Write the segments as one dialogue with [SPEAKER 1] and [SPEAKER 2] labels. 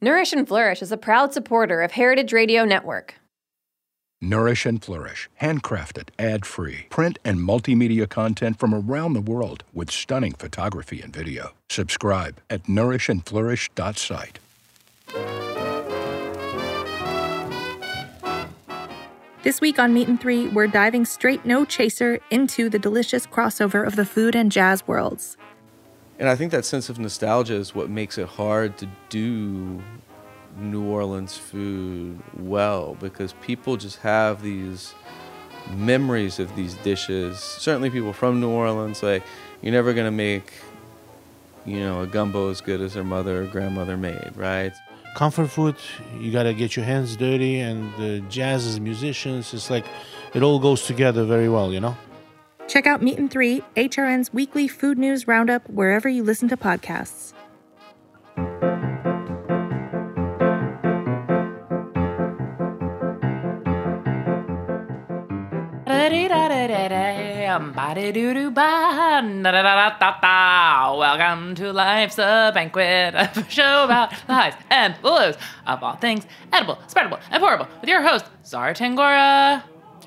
[SPEAKER 1] Nourish and Flourish is a proud supporter of Heritage Radio Network.
[SPEAKER 2] Nourish and Flourish, handcrafted, ad free, print and multimedia content from around the world with stunning photography and video. Subscribe at nourishandflourish.site.
[SPEAKER 3] This week on Meet and Three, we're diving straight no chaser into the delicious crossover of the food and jazz worlds.
[SPEAKER 4] And I think that sense of nostalgia is what makes it hard to do New Orleans food well because people just have these memories of these dishes. Certainly, people from New Orleans, like, you're never going to make, you know, a gumbo as good as their mother or grandmother made, right?
[SPEAKER 5] Comfort food, you got to get your hands dirty, and the jazz is musicians. It's like it all goes together very well, you know?
[SPEAKER 3] Check out Meet and Three, HRN's weekly food news roundup, wherever you listen to podcasts.
[SPEAKER 6] Welcome to Life's a Banquet, a show about the highs and the lows of all things edible, spreadable, and pourable with your host, Zara Tangora.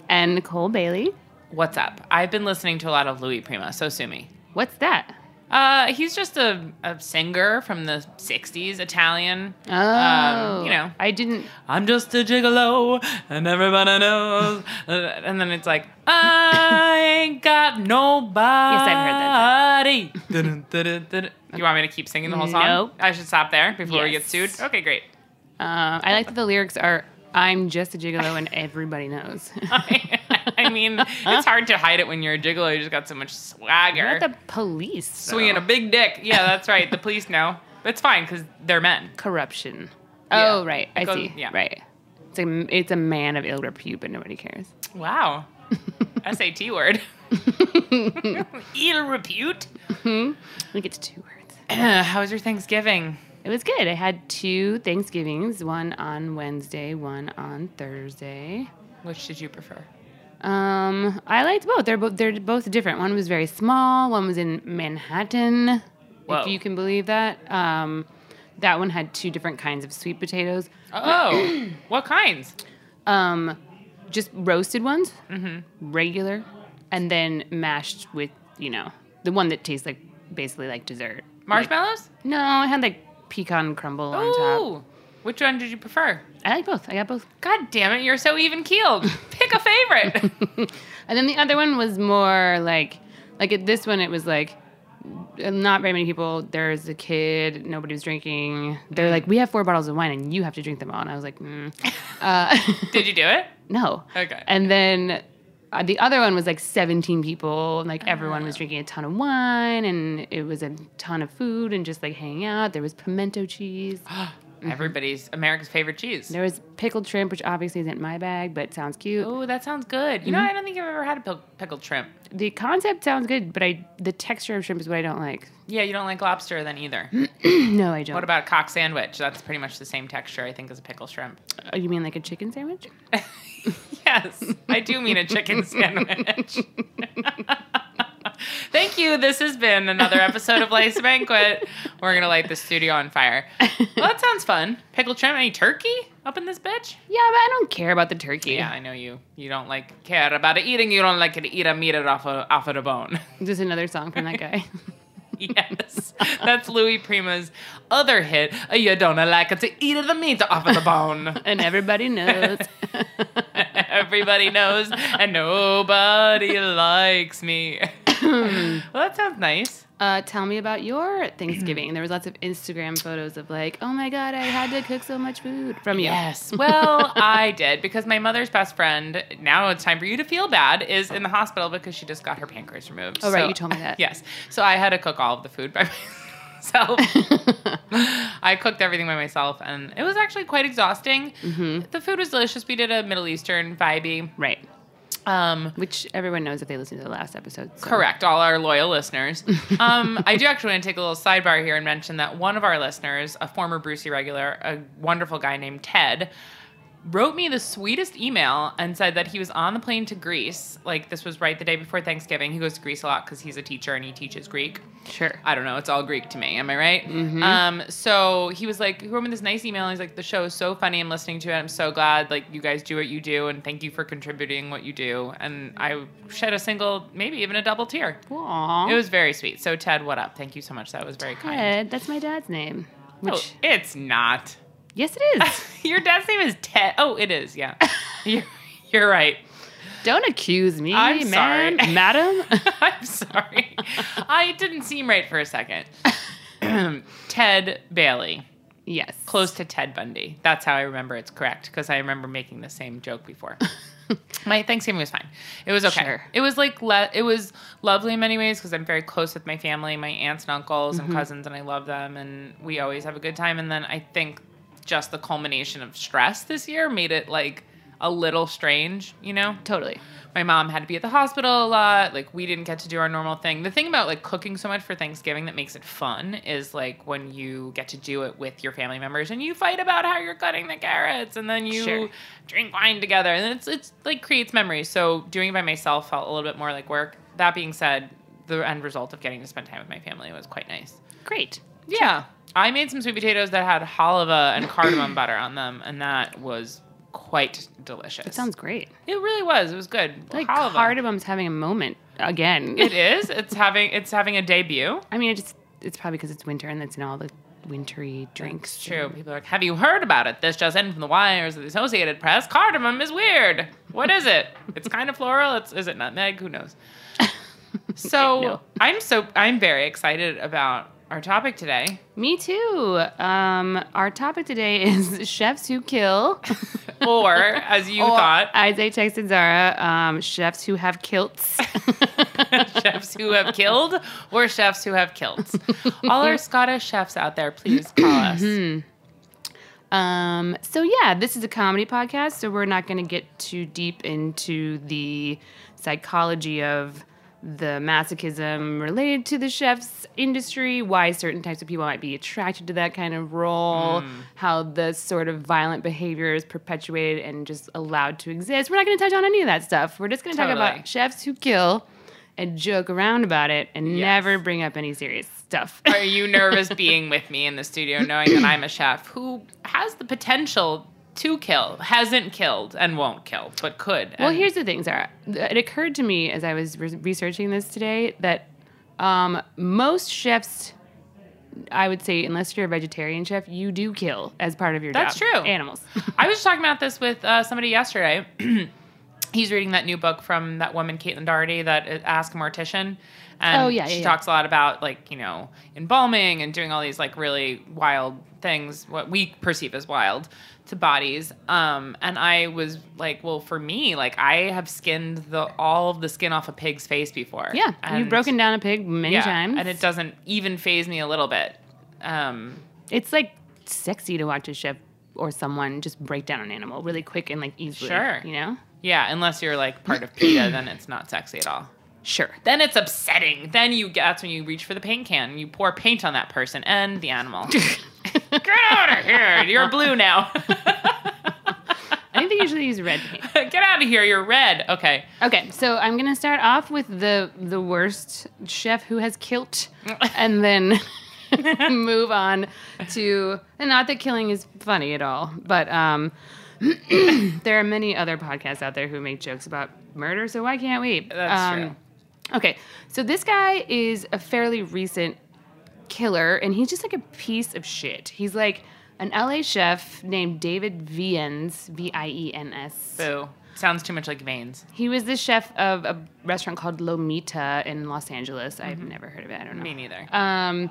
[SPEAKER 7] And Nicole Bailey.
[SPEAKER 6] What's up? I've been listening to a lot of Louis Prima, so sue me.
[SPEAKER 7] What's that?
[SPEAKER 6] Uh, he's just a, a singer from the 60s, Italian.
[SPEAKER 7] Oh,
[SPEAKER 6] Um, you know,
[SPEAKER 7] I didn't.
[SPEAKER 6] I'm just a gigolo, and everybody knows. Uh, and then it's like, I ain't got nobody.
[SPEAKER 7] I've
[SPEAKER 6] heard that. you want me to keep singing the whole song?
[SPEAKER 7] Nope.
[SPEAKER 6] I should stop there before we get
[SPEAKER 7] Yes.
[SPEAKER 6] sued. Okay, great.
[SPEAKER 7] Uh, I like that the lyrics are "I'm just a gigolo and everybody knows."
[SPEAKER 6] Uh-huh. I mean, it's hard to hide it when you're a gigolo. You just got so much swagger.
[SPEAKER 7] You're at the police. so-
[SPEAKER 6] Swinging a big dick. Yeah, that's right. The police know. It's fine because they're men.
[SPEAKER 7] corruption.
[SPEAKER 6] Yeah.
[SPEAKER 7] Oh, right.
[SPEAKER 6] It
[SPEAKER 7] I
[SPEAKER 6] goes-
[SPEAKER 7] see.
[SPEAKER 6] yeah.
[SPEAKER 7] Right. It's a, it's a man of ill repute, but nobody cares.
[SPEAKER 6] Wow. SAT word. Ill repute.
[SPEAKER 7] We get to two words.
[SPEAKER 6] How was your Thanksgiving?
[SPEAKER 7] It was good. I had two Thanksgivings, one on Wednesday, one on Thursday.
[SPEAKER 6] Which did you prefer?
[SPEAKER 7] Um, I liked both. They're both they're both different. One was very small. One was in Manhattan,
[SPEAKER 6] Whoa.
[SPEAKER 7] if you can believe that. Um, that one had two different kinds of sweet potatoes.
[SPEAKER 6] Oh, what kinds?
[SPEAKER 7] Um, just roasted ones,
[SPEAKER 6] Mm-hmm.
[SPEAKER 7] regular, and then mashed with you know the one that tastes like basically like dessert.
[SPEAKER 6] Marshmallows?
[SPEAKER 7] Like- no, I had like pecan crumble on top.
[SPEAKER 6] Ooh. Which one did you prefer?
[SPEAKER 7] I like both. I got both.
[SPEAKER 6] God damn it, you're so even keeled. Pick a favorite.
[SPEAKER 7] And then the other one was more like, like at this one, it was like, um, not very many people. There's a kid. Nobody was drinking. They're
[SPEAKER 6] Mm.
[SPEAKER 7] like, we have four bottles of wine, and you have to drink them all. And I was like, mm, uh,
[SPEAKER 6] did you do it?
[SPEAKER 7] no.
[SPEAKER 6] Okay.
[SPEAKER 7] And then uh, the other one was like 17 people. And like everyone
[SPEAKER 6] Oh.
[SPEAKER 7] was drinking a ton of wine, and it was a ton of food, and just like hanging out. There was pimento cheese.
[SPEAKER 6] Mm-hmm. Everybody's America's favorite cheese.
[SPEAKER 7] There was pickled shrimp, which obviously isn't my bag, but sounds cute.
[SPEAKER 6] Oh, that sounds good. You know, I don't think I've ever had a pic- pickled shrimp.
[SPEAKER 7] The concept sounds good, but I the texture of shrimp is what I don't like.
[SPEAKER 6] Yeah, you don't like lobster then either.
[SPEAKER 7] No, I don't.
[SPEAKER 6] what about a cock sandwich? That's pretty much the same texture, I think, as a pickled shrimp.
[SPEAKER 7] Oh, you mean like a chicken sandwich?
[SPEAKER 6] Yes, I do mean a chicken sandwich. Thank you. This has been another episode of Life's Banquet. We're going to light the studio on fire. Well, that sounds fun. Pickled shrimp, any turkey up in this bitch?
[SPEAKER 7] Yeah, but I don't care about the turkey.
[SPEAKER 6] Yeah, I know you. You don't like care about it eating. You don't like it to eat a meat it off of, off of the bone.
[SPEAKER 7] Just another song from that guy.
[SPEAKER 6] yes, that's Louis Prima's other hit. You don't like it to eat of the meat off of the bone.
[SPEAKER 7] and everybody knows.
[SPEAKER 6] Everybody knows, and nobody likes me. well, that sounds nice.
[SPEAKER 7] Uh, tell me about your Thanksgiving. There was lots of Instagram photos of like, oh my god, I had to cook so much food from you.
[SPEAKER 6] Yes. Well, I did because my mother's best friend, now it's time for you to feel bad, is in the hospital because she just got her pancreas removed.
[SPEAKER 7] Oh, right, you told me that.
[SPEAKER 6] Yes. So I had to cook all of the food by myself. I cooked everything by myself and it was actually quite exhausting. The food was delicious. We did a Middle Eastern vibey.
[SPEAKER 7] Right.
[SPEAKER 6] Um,
[SPEAKER 7] Which everyone knows if they listen to the last episode. so-
[SPEAKER 6] Correct, all our loyal listeners. Um, I do actually want to take a little sidebar here and mention that one of our listeners, a former Brucey regular, a wonderful guy named Ted, wrote me the sweetest email and said that he was on the plane to Greece. Like, this was right the day before Thanksgiving. He goes to Greece a lot because he's a teacher and he teaches Greek.
[SPEAKER 7] Sure. Mm-hmm.
[SPEAKER 6] I don't know. It's all Greek to me. Am I right? Um, so he was like, he wrote me this nice email. And he's like, the show is so funny. I'm listening to it. I'm so glad like you guys do what you do, and thank you for contributing what you do. And I shed a single, maybe even a double tear.
[SPEAKER 7] Aw.
[SPEAKER 6] It was very sweet. So Ted, what up? Thank you so much. That was very kind.
[SPEAKER 7] Ted. That's my dad's name. Which,
[SPEAKER 6] No, it's not.
[SPEAKER 7] yes, it is.
[SPEAKER 6] Your dad's name is Ted. Oh, it is. Yeah, you're, you're right.
[SPEAKER 7] Don't accuse me,
[SPEAKER 6] I'm
[SPEAKER 7] man,
[SPEAKER 6] sorry.
[SPEAKER 7] madam.
[SPEAKER 6] I'm sorry. I didn't seem right for a second. Ted Bailey.
[SPEAKER 7] yes.
[SPEAKER 6] close to Ted Bundy. That's how I remember it's correct because I remember making the same joke before. my Thanksgiving was fine. It was okay.
[SPEAKER 7] Sure.
[SPEAKER 6] It was like le- it was lovely in many ways because I'm very close with my family, my aunts and uncles
[SPEAKER 7] Mm-hmm.
[SPEAKER 6] and cousins, and I love them, and we always have a good time. And then I think just the culmination of stress this year made it like a little strange, you know.
[SPEAKER 7] Totally.
[SPEAKER 6] My mom had to be at the hospital a lot. Like we didn't get to do our normal thing. The thing about like cooking so much for Thanksgiving that makes it fun is like when you get to do it with your family members and you fight about how you're cutting the carrots and then you
[SPEAKER 7] Sure.
[SPEAKER 6] drink wine together and it's it's like creates memories. So doing it by myself felt a little bit more like work. That being said, the end result of getting to spend time with my family was quite nice.
[SPEAKER 7] Great.
[SPEAKER 6] Yeah. I made some sweet potatoes that had halva and cardamom butter on them and that was quite delicious.
[SPEAKER 7] It sounds great.
[SPEAKER 6] It really was. It was good.
[SPEAKER 7] Like
[SPEAKER 6] Halva.
[SPEAKER 7] cardamom's having a moment again.
[SPEAKER 6] It is. It's having it's having a debut.
[SPEAKER 7] I mean, it just it's probably because it's winter and it's in all the wintry drinks.
[SPEAKER 6] It's true. People are like, have you heard about it? This just in from the wires of the Associated Press. Cardamom is weird. What is it? It's kind of floral. It's is it nutmeg? Who knows? So
[SPEAKER 7] No.
[SPEAKER 6] I'm so I'm very excited about our topic today.
[SPEAKER 7] Me too. Um, our topic today is chefs who kill.
[SPEAKER 6] Or as you
[SPEAKER 7] Or,
[SPEAKER 6] thought,
[SPEAKER 7] I'd say texted Zara, um, chefs who have kilts.
[SPEAKER 6] chefs who have killed or chefs who have killed. All our Scottish chefs out there, please call us.
[SPEAKER 7] Mm-hmm. Um, so yeah, this is a comedy podcast, so we're not going to get too deep into the psychology of the masochism related to the chef's industry, why certain types of people might be attracted to that kind of role,
[SPEAKER 6] Hmm.
[SPEAKER 7] how the sort of violent behavior is perpetuated and just allowed to exist. We're not going to touch on any of that stuff. We're just going to talk
[SPEAKER 6] Totally.
[SPEAKER 7] about chefs who kill and joke around about it and
[SPEAKER 6] Yes.
[SPEAKER 7] never bring up any serious stuff.
[SPEAKER 6] Are you nervous being with me in the studio knowing that I'm a chef who has the potential to kill, hasn't killed, and won't kill, but could?
[SPEAKER 7] Well,
[SPEAKER 6] and-
[SPEAKER 7] here's the thing, Sarah. It occurred to me as I was re- researching this today that um, most chefs, I would say, unless you're a vegetarian chef, you do kill as part of your
[SPEAKER 6] That's
[SPEAKER 7] job.
[SPEAKER 6] true.
[SPEAKER 7] Animals.
[SPEAKER 6] I was talking about this with uh, somebody yesterday. He's reading that new book from that woman Caitlin Doherty that uh, Ask a Mortician, and
[SPEAKER 7] Oh, yeah,
[SPEAKER 6] she
[SPEAKER 7] yeah, yeah.
[SPEAKER 6] talks a lot about like you know embalming and doing all these like really wild things what we perceive as wild to bodies. Um, and I was like, well, for me, like I have skinned the all of the skin off a pig's face before.
[SPEAKER 7] yeah,
[SPEAKER 6] And-
[SPEAKER 7] you've broken down a pig many
[SPEAKER 6] yeah,
[SPEAKER 7] times,
[SPEAKER 6] and it doesn't even phase me a little bit. Um,
[SPEAKER 7] it's like sexy to watch a chef or someone just break down an animal really quick and like easily.
[SPEAKER 6] Sure.
[SPEAKER 7] You know.
[SPEAKER 6] yeah, unless you're like part of PETA, then it's not sexy at all.
[SPEAKER 7] Sure.
[SPEAKER 6] Then it's upsetting. Then you that's when you reach for the paint can and you pour paint on that person and the animal. Get out of here! You're blue now.
[SPEAKER 7] I think they usually use red paint.
[SPEAKER 6] Get out of here! You're red. Okay.
[SPEAKER 7] Okay, so I'm gonna start off with the the worst chef who has kilt, and then move on to and not that killing is funny at all, but um, there are many other podcasts out there who make jokes about murder, so why can't we?
[SPEAKER 6] That's
[SPEAKER 7] Um, Okay, so this guy is a fairly recent killer, and he's just like a piece of shit. He's like an LA chef named David Viennes, V I E N S.
[SPEAKER 6] true. Boo. Sounds too much like veins.
[SPEAKER 7] He was the chef of a restaurant called Lomita in Los Angeles. I've never heard of it. I don't know.
[SPEAKER 6] Mm-hmm. Me neither.
[SPEAKER 7] Um,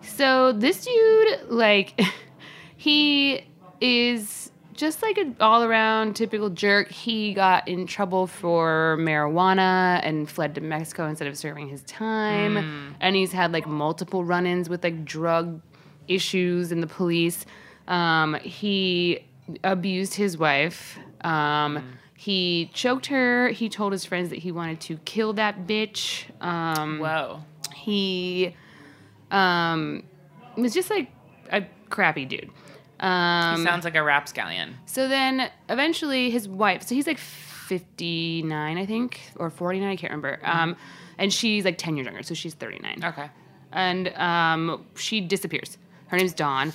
[SPEAKER 7] so this dude, like, he is just like an all around typical jerk. He got in trouble for marijuana and fled to Mexico instead of serving his time. And he's had like multiple run ins with like drug issues and the police. Um, he abused his wife. Um, He choked her. He told his friends that he wanted to kill that bitch. Um,
[SPEAKER 6] Whoa.
[SPEAKER 7] he um was just like a crappy dude Um,
[SPEAKER 6] He sounds like a rapscallion.
[SPEAKER 7] so then eventually his wife, so he's like 59, I think, or 49, I can't remember. Um, and she's like 10 years younger, so she's 39.
[SPEAKER 6] Okay.
[SPEAKER 7] And um, she disappears. Her name's Dawn.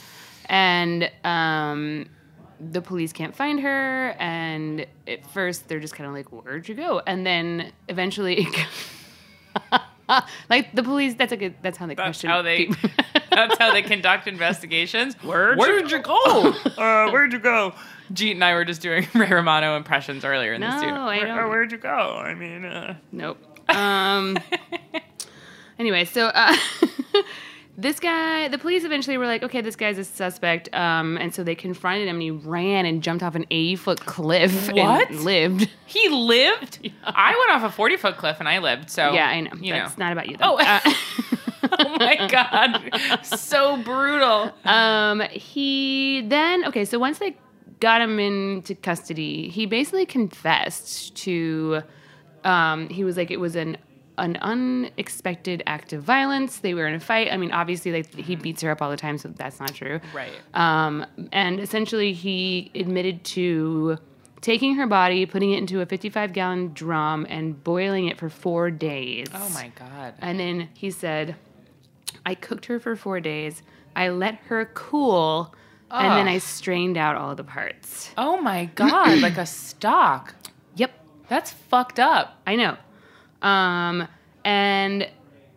[SPEAKER 7] And um, the police can't find her. And at first, they're just kind of like, where'd you go? And then eventually, like the police, that's like a, that's how they
[SPEAKER 6] That's
[SPEAKER 7] question
[SPEAKER 6] how they.
[SPEAKER 7] people.
[SPEAKER 6] that's how they conduct investigations.
[SPEAKER 7] Where'd you
[SPEAKER 6] you go? uh, where'd you go? Jeet and I were just doing Ray Romano impressions earlier in the
[SPEAKER 7] No,
[SPEAKER 6] studio.
[SPEAKER 7] I
[SPEAKER 6] Where-
[SPEAKER 7] don't-
[SPEAKER 6] Oh, Where'd you go? I mean, uh,
[SPEAKER 7] Nope. Um, anyway, so uh, this guy, the police eventually were like, okay, this guy's a suspect. Um, and so they confronted him and he ran and jumped off an 80 foot cliff
[SPEAKER 6] What?
[SPEAKER 7] and lived.
[SPEAKER 6] he lived. I went off a forty foot cliff and I lived. So
[SPEAKER 7] yeah, I know.
[SPEAKER 6] You
[SPEAKER 7] That's
[SPEAKER 6] know.
[SPEAKER 7] not about you,
[SPEAKER 6] Oh.
[SPEAKER 7] though. Uh,
[SPEAKER 6] oh my god, so brutal.
[SPEAKER 7] um, he then, okay, so once they got him into custody, he basically confessed to, um, he was like, it was an an unexpected act of violence. They were in a fight. I mean, obviously, like he beats her up all the time, so that's not true.
[SPEAKER 6] Right.
[SPEAKER 7] Um, and essentially, he admitted to taking her body, putting it into a 55 gallon drum, and boiling it for four days.
[SPEAKER 6] Oh my god.
[SPEAKER 7] And then he said, I cooked her for four days. I let her cool. And then I strained out all the parts.
[SPEAKER 6] Oh my god, like a stock.
[SPEAKER 7] Yep,
[SPEAKER 6] That's fucked up.
[SPEAKER 7] I know. Um, and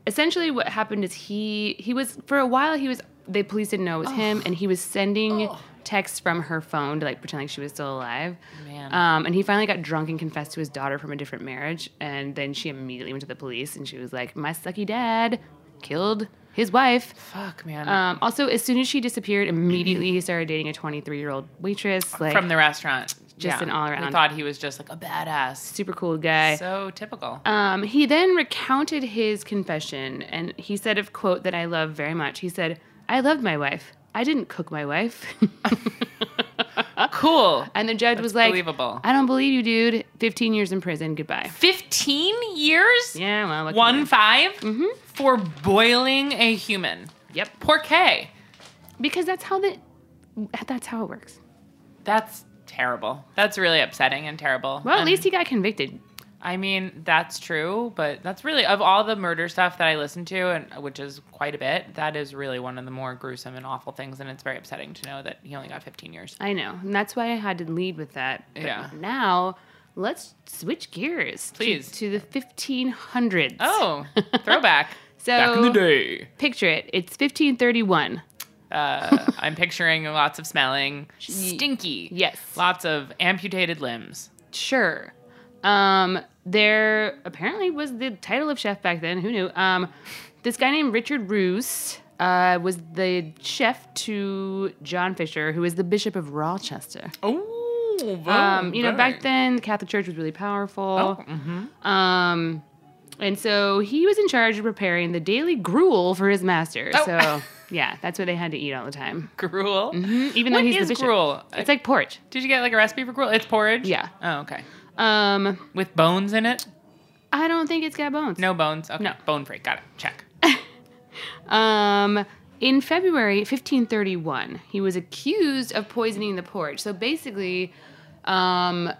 [SPEAKER 7] essentially, what happened is he he was for a while he was the police didn't know it was him, and he was sending texts from her phone to like pretend like she was still alive.
[SPEAKER 6] Man.
[SPEAKER 7] Um, and he finally got drunk and confessed to his daughter from a different marriage, and then she immediately went to the police and she was like, "My sucky dad killed his wife."
[SPEAKER 6] Fuck, man.
[SPEAKER 7] Um, also, as soon as she disappeared, immediately he started dating a 23 year old waitress. Like,
[SPEAKER 6] From the restaurant.
[SPEAKER 7] Just an all-around-
[SPEAKER 6] We thought he was just like a badass.
[SPEAKER 7] super cool guy.
[SPEAKER 6] So typical.
[SPEAKER 7] um, he then recounted his confession, and he said a quote that I love very much. He said, "I loved my wife. I didn't cook my wife." Uh,
[SPEAKER 6] cool.
[SPEAKER 7] and the judge was
[SPEAKER 6] That's
[SPEAKER 7] like,
[SPEAKER 6] believable.
[SPEAKER 7] "I don't believe you, dude. 15 years in prison. Goodbye."
[SPEAKER 6] 15 years?
[SPEAKER 7] Yeah, well, what can
[SPEAKER 6] One
[SPEAKER 7] you-
[SPEAKER 6] 5 for boiling a human.
[SPEAKER 7] Mm-hmm. Yep,
[SPEAKER 6] Porque.
[SPEAKER 7] because that's how the that's how it works.
[SPEAKER 6] That's terrible. That's really upsetting and terrible.
[SPEAKER 7] Well, at
[SPEAKER 6] And-
[SPEAKER 7] least he got convicted.
[SPEAKER 6] I mean, that's true, but that's really of all the murder stuff that I listen to, and which is quite a bit. That is really one of the more gruesome and awful things, and it's very upsetting to know that he only got 15 years.
[SPEAKER 7] I know, and that's why I had to lead with that. But
[SPEAKER 6] Yeah.
[SPEAKER 7] Now, let's switch gears, to-
[SPEAKER 6] Please.
[SPEAKER 7] to, the 1500s.
[SPEAKER 6] Oh, throwback.
[SPEAKER 7] so
[SPEAKER 6] Back in the day.
[SPEAKER 7] picture it. It's 1531.
[SPEAKER 6] Uh, I'm picturing lots of smelling, stinky.
[SPEAKER 7] Yes.
[SPEAKER 6] Lots of amputated limbs.
[SPEAKER 7] Sure. Um, there apparently was the title of chef back then. Who knew? Um, this guy named Richard Roos uh, was the chef to John Fisher, who is the Bishop of Rochester.
[SPEAKER 6] Oh,
[SPEAKER 7] Um, you know, back then the Catholic Church was really powerful.
[SPEAKER 6] mm-hmm.
[SPEAKER 7] Um, and so he was in charge of preparing the daily gruel for his master.
[SPEAKER 6] Oh.
[SPEAKER 7] So yeah, that's what they had to eat all the time.
[SPEAKER 6] gruel.
[SPEAKER 7] Even though
[SPEAKER 6] What
[SPEAKER 7] he's
[SPEAKER 6] is
[SPEAKER 7] the bishop.
[SPEAKER 6] gruel?
[SPEAKER 7] It's like porridge.
[SPEAKER 6] Did you get like a recipe for gruel? It's porridge.
[SPEAKER 7] Yeah.
[SPEAKER 6] Oh, okay.
[SPEAKER 7] Um,
[SPEAKER 6] With bones in it?
[SPEAKER 7] I don't think it's got bones.
[SPEAKER 6] No bones. Okay.
[SPEAKER 7] No.
[SPEAKER 6] Bone free. Got it. Check.
[SPEAKER 7] Um, in February 1531, he was accused of poisoning the porridge. So basically, um,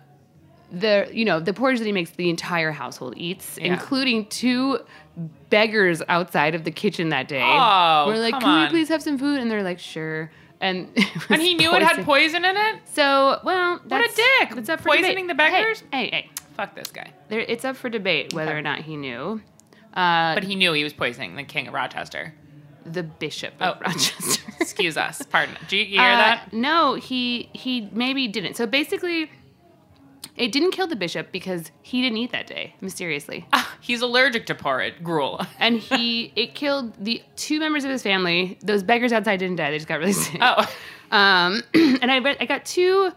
[SPEAKER 7] the you know the porridge that he makes the entire household eats,
[SPEAKER 6] Yeah.
[SPEAKER 7] including two beggars outside of the kitchen that day.
[SPEAKER 6] Oh,
[SPEAKER 7] we're like,
[SPEAKER 6] come
[SPEAKER 7] can
[SPEAKER 6] on."
[SPEAKER 7] we please have some food? And they're like, sure. And it was
[SPEAKER 6] And he knew it had
[SPEAKER 7] poison.
[SPEAKER 6] poison in it?
[SPEAKER 7] So well, that's,
[SPEAKER 6] dick.
[SPEAKER 7] It's up for
[SPEAKER 6] Poisoning
[SPEAKER 7] debate.
[SPEAKER 6] the beggars?
[SPEAKER 7] Hey, hey, hey.
[SPEAKER 6] Fuck this guy.
[SPEAKER 7] There, it's up for debate whether
[SPEAKER 6] Okay.
[SPEAKER 7] or not he knew. Uh,
[SPEAKER 6] But he knew he was poisoning the king of Rochester.
[SPEAKER 7] the bishop
[SPEAKER 6] Oh.
[SPEAKER 7] of Rochester.
[SPEAKER 6] Excuse us. Pardon. Do you, you hear
[SPEAKER 7] Uh,
[SPEAKER 6] that?
[SPEAKER 7] No, he he maybe didn't. So basically, it didn't kill the bishop because he didn't eat that day, mysteriously.
[SPEAKER 6] Ah, he's allergic to porridge gruel.
[SPEAKER 7] And he it killed the two members of his family. Those beggars outside didn't die; they just got really sick.
[SPEAKER 6] Oh,
[SPEAKER 7] Um, and I read, I got two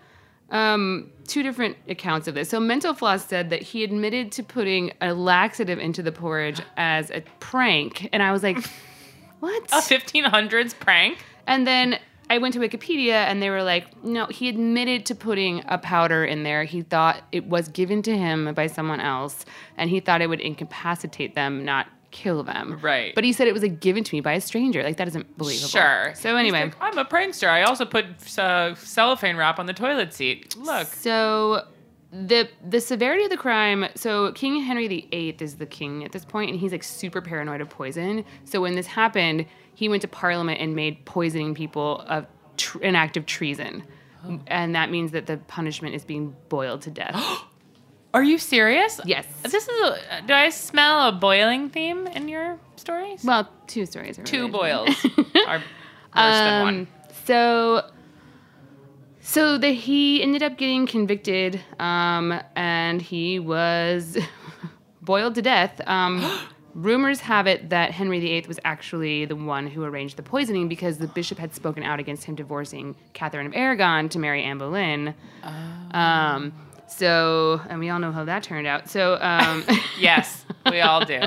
[SPEAKER 7] um, two different accounts of this. So Mental Floss said that he admitted to putting a laxative into the porridge as a prank, and I was like, what?
[SPEAKER 6] a 1500s prank.
[SPEAKER 7] And then I went to Wikipedia and they were like, no, he admitted to putting a powder in there. He thought it was given to him by someone else and he thought it would incapacitate them, not kill them.
[SPEAKER 6] Right.
[SPEAKER 7] But he said it was like given to me by a stranger. Like that isn't believable.
[SPEAKER 6] Sure.
[SPEAKER 7] So
[SPEAKER 6] He's
[SPEAKER 7] anyway,
[SPEAKER 6] like, I'm a prankster. I also put uh, cellophane wrap on the toilet seat. Look,
[SPEAKER 7] So the the severity of the crime. So King Henry VIII is the king at this point, and he's like super paranoid of poison. So when this happened, he went to Parliament and made poisoning people of tr- an act of treason, and that means that the punishment is being boiled to death.
[SPEAKER 6] are you serious?
[SPEAKER 7] Yes.
[SPEAKER 6] This is. A, do I smell a boiling theme in your stories?
[SPEAKER 7] well, two stories. Are
[SPEAKER 6] two
[SPEAKER 7] related.
[SPEAKER 6] boils are worse than one.
[SPEAKER 7] So, so that he ended up getting convicted, um, and he was boiled to death. Um, rumors have it that Henry VIII was actually the one who arranged the poisoning because the bishop had spoken out against him divorcing Catherine of Aragon to marry Anne Boleyn. Um, so, and we all know how that turned out. So, um,
[SPEAKER 6] Yes, we all do.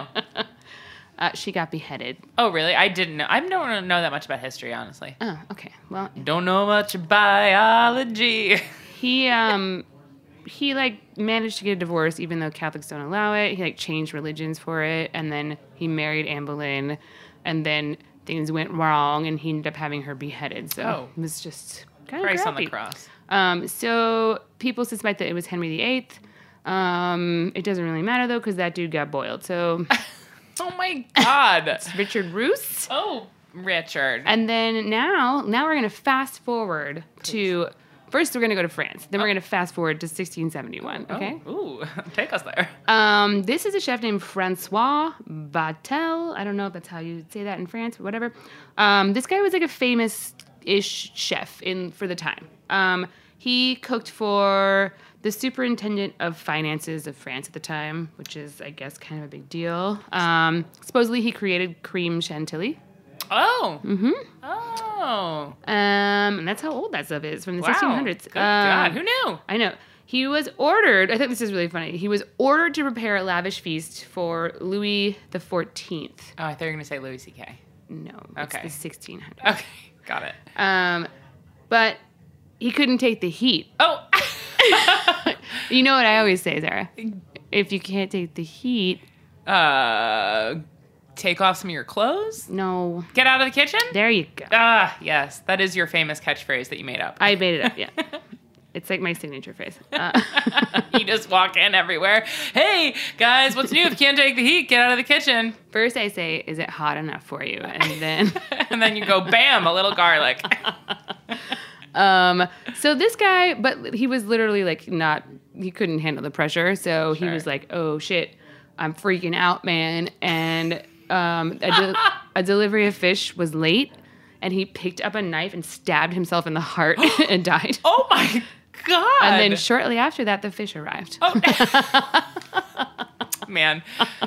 [SPEAKER 7] uh, she got beheaded.
[SPEAKER 6] Oh, really? I didn't know. I don't know that much about history, honestly.
[SPEAKER 7] Oh, okay. Well,
[SPEAKER 6] Don't know much biology.
[SPEAKER 7] he um he like managed to get a divorce even though catholics don't allow it he like changed religions for it and then he married anne boleyn and then things went wrong and he ended up having her beheaded so
[SPEAKER 6] Oh.
[SPEAKER 7] it was just kind
[SPEAKER 6] Christ on
[SPEAKER 7] of
[SPEAKER 6] the cross.
[SPEAKER 7] um, so people suspect that it was henry viii um, it doesn't really matter though because that dude got boiled so
[SPEAKER 6] Oh my God.
[SPEAKER 7] richard roos
[SPEAKER 6] oh, Richard.
[SPEAKER 7] And then now, now we're going to fast forward to first we're going to go to France. Then we're going to fast forward to 1671, okay?
[SPEAKER 6] Oh, ooh, take us there.
[SPEAKER 7] Um, this is a chef named Francois Batel. I don't know if that's how you say that in France, but whatever. Um, this guy was like a famous-ish chef in for the time. Um, he cooked for the superintendent of finances of France at the time, which is, I guess, kind of a big deal. Um, supposedly, he created cream chantilly.
[SPEAKER 6] Oh. Mm-hmm. Oh.
[SPEAKER 7] Um, and that's how old that stuff is from the
[SPEAKER 6] Wow.
[SPEAKER 7] 1600s.
[SPEAKER 6] Good God.
[SPEAKER 7] Um,
[SPEAKER 6] Who knew?
[SPEAKER 7] I know. He was ordered. I think this is really funny. He was ordered to prepare a lavish feast for Louis the Fourteenth.
[SPEAKER 6] Oh, I thought you were going to say Louis C.K.
[SPEAKER 7] No, it's
[SPEAKER 6] Okay.
[SPEAKER 7] the 1600.
[SPEAKER 6] Okay, got it.
[SPEAKER 7] Um, but he couldn't take the heat.
[SPEAKER 6] Oh,
[SPEAKER 7] You know what I always say, Zara? If you can't take the heat,
[SPEAKER 6] uh, take off some of your clothes.
[SPEAKER 7] no.
[SPEAKER 6] Get out of the kitchen.
[SPEAKER 7] There you go.
[SPEAKER 6] Ah, yes, that is your famous catchphrase that you made up.
[SPEAKER 7] I made it up. Yeah, it's like my signature phrase. Uh,
[SPEAKER 6] you just walk in everywhere. Hey guys, what's new? If you can't take the heat, get out of the kitchen.
[SPEAKER 7] first, I say, "Is it hot enough for you?" And then.
[SPEAKER 6] And then you go, bam, a little garlic.
[SPEAKER 7] Um, so this guy, but he was literally like not, he couldn't handle the pressure. So he
[SPEAKER 6] Sure.
[SPEAKER 7] was like, oh shit, I'm freaking out, man. And um, a, de- a delivery of fish was late and he picked up a knife and stabbed himself in the heart and died.
[SPEAKER 6] Oh my god! Oh.
[SPEAKER 7] and then shortly after that, the fish arrived.
[SPEAKER 6] man,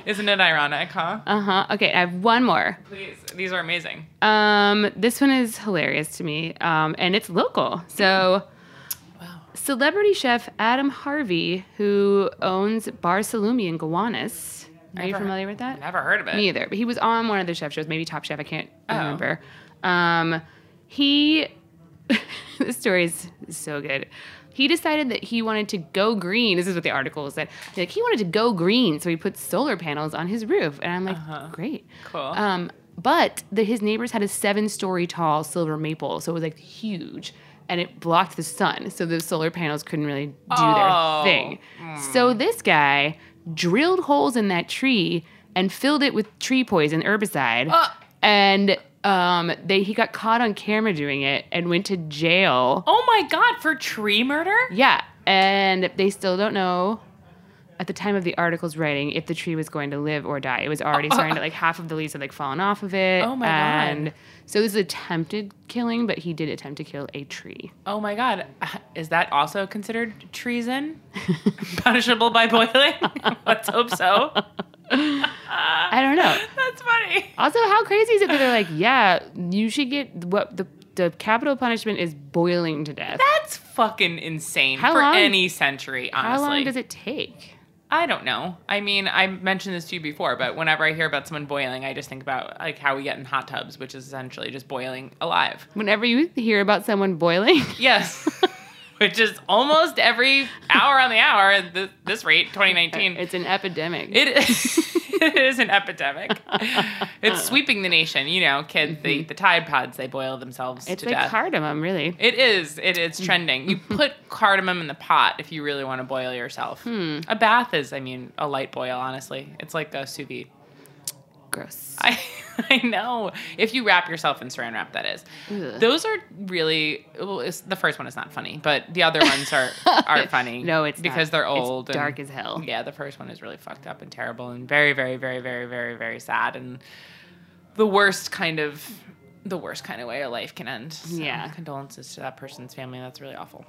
[SPEAKER 6] isn't it ironic, huh?
[SPEAKER 7] Uh huh. Okay, I have one more.
[SPEAKER 6] Please, these are amazing.
[SPEAKER 7] Um, this one is hilarious to me, um, and it's local. So, celebrity chef Adam Harvey, who owns Bar Salumi in Gowanus. Are you
[SPEAKER 6] Never-
[SPEAKER 7] familiar with that?
[SPEAKER 6] Never heard of it.
[SPEAKER 7] Me either. But he was on one of the chef shows, maybe Top Chef. I can't
[SPEAKER 6] Oh.
[SPEAKER 7] remember. Um, he, this story is so good. He decided that he wanted to go green. This is what the article said. Like he wanted to go green, so he put solar panels on his roof. And I'm like, great.
[SPEAKER 6] Uh-huh. Cool.
[SPEAKER 7] Um, but the, his neighbors had a seven-story tall silver maple, so it was like huge, and it blocked the sun, so the solar panels couldn't really do
[SPEAKER 6] Oh.
[SPEAKER 7] their thing. So this guy drilled holes in that tree and filled it with tree poison herbicide,
[SPEAKER 6] Uh,
[SPEAKER 7] and um, they he got caught on camera doing it and went to jail.
[SPEAKER 6] Oh my god, for tree murder?
[SPEAKER 7] Yeah, and they still don't know at the time of the article's writing if the tree was going to live or die. It was already starting to like half of the leaves had like fallen off of it.
[SPEAKER 6] Oh my God.
[SPEAKER 7] and So this is attempted killing, but he did attempt to kill a tree.
[SPEAKER 6] Oh my god, is that also considered treason? Punishable by boiling? Let's hope so.
[SPEAKER 7] I don't know.
[SPEAKER 6] That's funny.
[SPEAKER 7] Also, how crazy is it that they're like, yeah, you should get what the the capital punishment is boiling to death.
[SPEAKER 6] That's fucking insane
[SPEAKER 7] How
[SPEAKER 6] for
[SPEAKER 7] long-
[SPEAKER 6] any century, honestly.
[SPEAKER 7] how long does it take?
[SPEAKER 6] I don't know. I mean, I mentioned this to you before, but whenever I hear about someone boiling, I just think about like how we get in hot tubs, which is essentially just boiling alive.
[SPEAKER 7] Whenever you hear about someone boiling,
[SPEAKER 6] Yes. which is almost every hour on the hour at th- this rate, 2019.
[SPEAKER 7] it's an epidemic.
[SPEAKER 6] It, it it is an epidemic. it's sweeping the nation. You know, kids they eat the Tide Pods, they boil themselves
[SPEAKER 7] Mm-hmm. It's
[SPEAKER 6] to
[SPEAKER 7] like Mm-hmm.
[SPEAKER 6] death.
[SPEAKER 7] cardamom, really.
[SPEAKER 6] It is. It, it's trending. You put cardamom in the pot if you really want to boil yourself.
[SPEAKER 7] Hmm.
[SPEAKER 6] A bath is, I mean, a light boil, honestly. It's like a sous vide.
[SPEAKER 7] Gross.
[SPEAKER 6] I, I know. If you wrap yourself in saran wrap, that is. Those are really, well, it's, the first one is not funny, but the other ones are, are funny.
[SPEAKER 7] No, it's not.
[SPEAKER 6] Because they're
[SPEAKER 7] It's
[SPEAKER 6] old.
[SPEAKER 7] dark as hell.
[SPEAKER 6] Yeah, the first one is really fucked up and terrible and very, very, very, very, very, very sad. And the worst kind of the worst kind of way a life can end. So
[SPEAKER 7] Yeah.
[SPEAKER 6] Condolences to that person's family. That's really awful.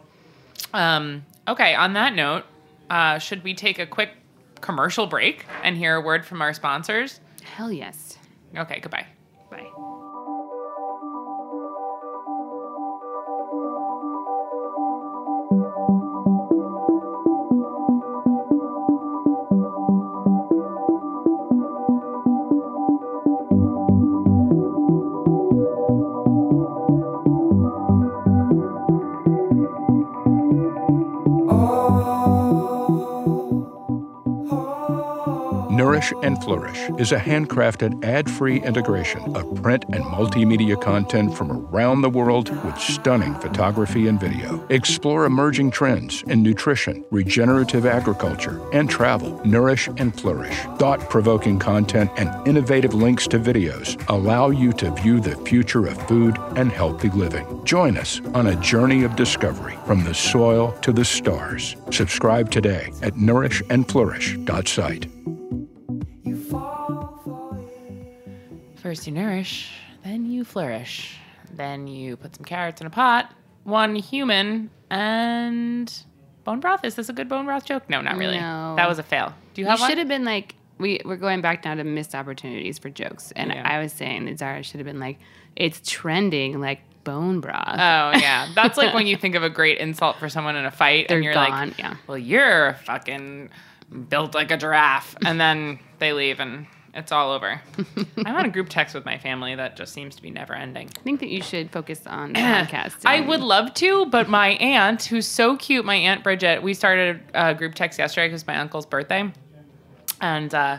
[SPEAKER 6] Um, okay, on that note, uh, should we take a quick commercial break and hear a word from our sponsors?
[SPEAKER 7] Hell yes.
[SPEAKER 6] Okay, goodbye.
[SPEAKER 7] Bye.
[SPEAKER 2] Nourish and Flourish is a handcrafted, ad free integration of print and multimedia content from around the world with stunning photography and video. Explore emerging trends in nutrition, regenerative agriculture, and travel. Nourish and Flourish. Thought provoking content and innovative links to videos allow you to view the future of food and healthy living. Join us on a journey of discovery from the soil to the stars. Subscribe today at nourishandflourish.site.
[SPEAKER 6] First you nourish, then you flourish. Then you put some carrots in a pot, one human, and bone broth. Is this a good bone broth joke? No, not really.
[SPEAKER 7] No.
[SPEAKER 6] That was a fail. Do you
[SPEAKER 7] You
[SPEAKER 6] have one?
[SPEAKER 7] should have been like, we, we're going back now to missed opportunities for jokes. And
[SPEAKER 6] Yeah.
[SPEAKER 7] I was saying that Zara should have been like, it's trending like bone broth.
[SPEAKER 6] Oh yeah, that's like when you think of a great insult for someone in a fight,
[SPEAKER 7] They're
[SPEAKER 6] and you're
[SPEAKER 7] gone,
[SPEAKER 6] like,
[SPEAKER 7] yeah.
[SPEAKER 6] "Well, you're fucking built like a giraffe," and then they leave, and it's all over. I'm on a group text with my family that just seems to be never ending.
[SPEAKER 7] I think that you should focus on the podcast.
[SPEAKER 6] I
[SPEAKER 7] and-
[SPEAKER 6] would love to, but my aunt, who's so cute, my aunt Bridget, we started a group text yesterday because my uncle's birthday, and uh,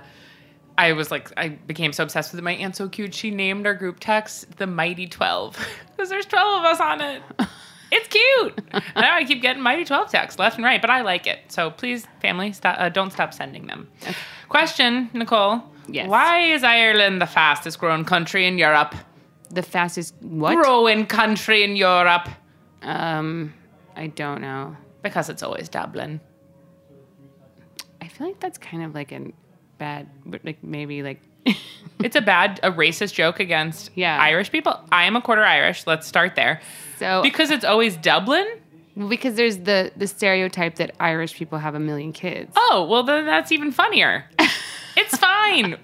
[SPEAKER 6] I was like, I became so obsessed with it. My aunt's so cute. She named our group text the Mighty Twelve because there's twelve of us on it. It's cute. and now I keep getting Mighty Twelve texts left and right, but I like it. So please, family, stop, uh, don't stop sending them. Question, Nicole.
[SPEAKER 7] Yes.
[SPEAKER 6] Why is Ireland the fastest growing country in Europe?
[SPEAKER 7] The fastest what?
[SPEAKER 6] Growing country in Europe.
[SPEAKER 7] Um, I don't know.
[SPEAKER 6] Because it's always Dublin.
[SPEAKER 7] I feel like that's kind of like a bad, but like maybe like
[SPEAKER 6] It's a bad, a racist joke against
[SPEAKER 7] Yeah.
[SPEAKER 6] Irish people. I am a quarter Irish. Let's start there.
[SPEAKER 7] so because,
[SPEAKER 6] Because it's always Dublin?
[SPEAKER 7] there's the the stereotype that Irish people have a million kids.
[SPEAKER 6] Oh, well, then that's even funnier. it's fine.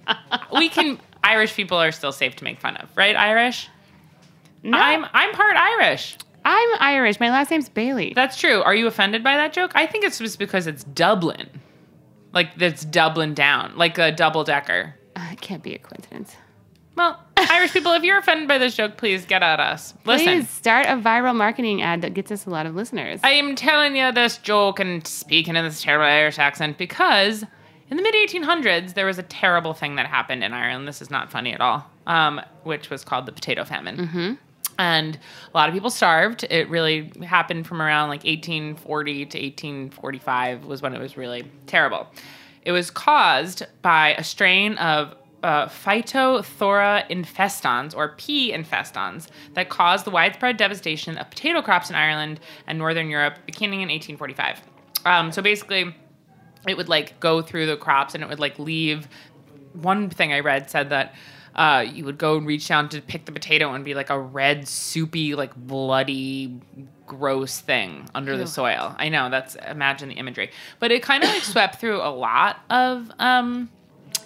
[SPEAKER 6] We can, Irish people are still safe to make fun of, right, Irish?
[SPEAKER 7] No,
[SPEAKER 6] I'm, I'm part Irish.
[SPEAKER 7] I'm Irish. My last name's Bailey.
[SPEAKER 6] That's true. Are you offended by that joke? I think it's just because it's Dublin. Like, it's Dublin down, like a double decker.
[SPEAKER 7] Uh, it can't be a coincidence.
[SPEAKER 6] Well, Irish people, if you're offended by this joke, please get at us. Listen.
[SPEAKER 7] Please start a viral marketing ad that gets us a lot of listeners.
[SPEAKER 6] I am telling you this joke and speaking in this terrible Irish accent because in the mid 1800s there was a terrible thing that happened in Ireland. This is not funny at all, um, which was called the potato famine. And a lot of people starved. It really happened from around like 1840 to 1845 was when it was really terrible. It was caused by a strain of uh, Phytophthora infestans, or P. infestans, that caused the widespread devastation of potato crops in Ireland and Northern Europe beginning in 1845. Um, so basically, it would like go through the crops and it would like leave one thing i read said that uh, you would go and reach down to pick the potato and be like a red soupy like bloody gross thing under the soil i know that's imagine the imagery but it kind of like swept through a lot of um,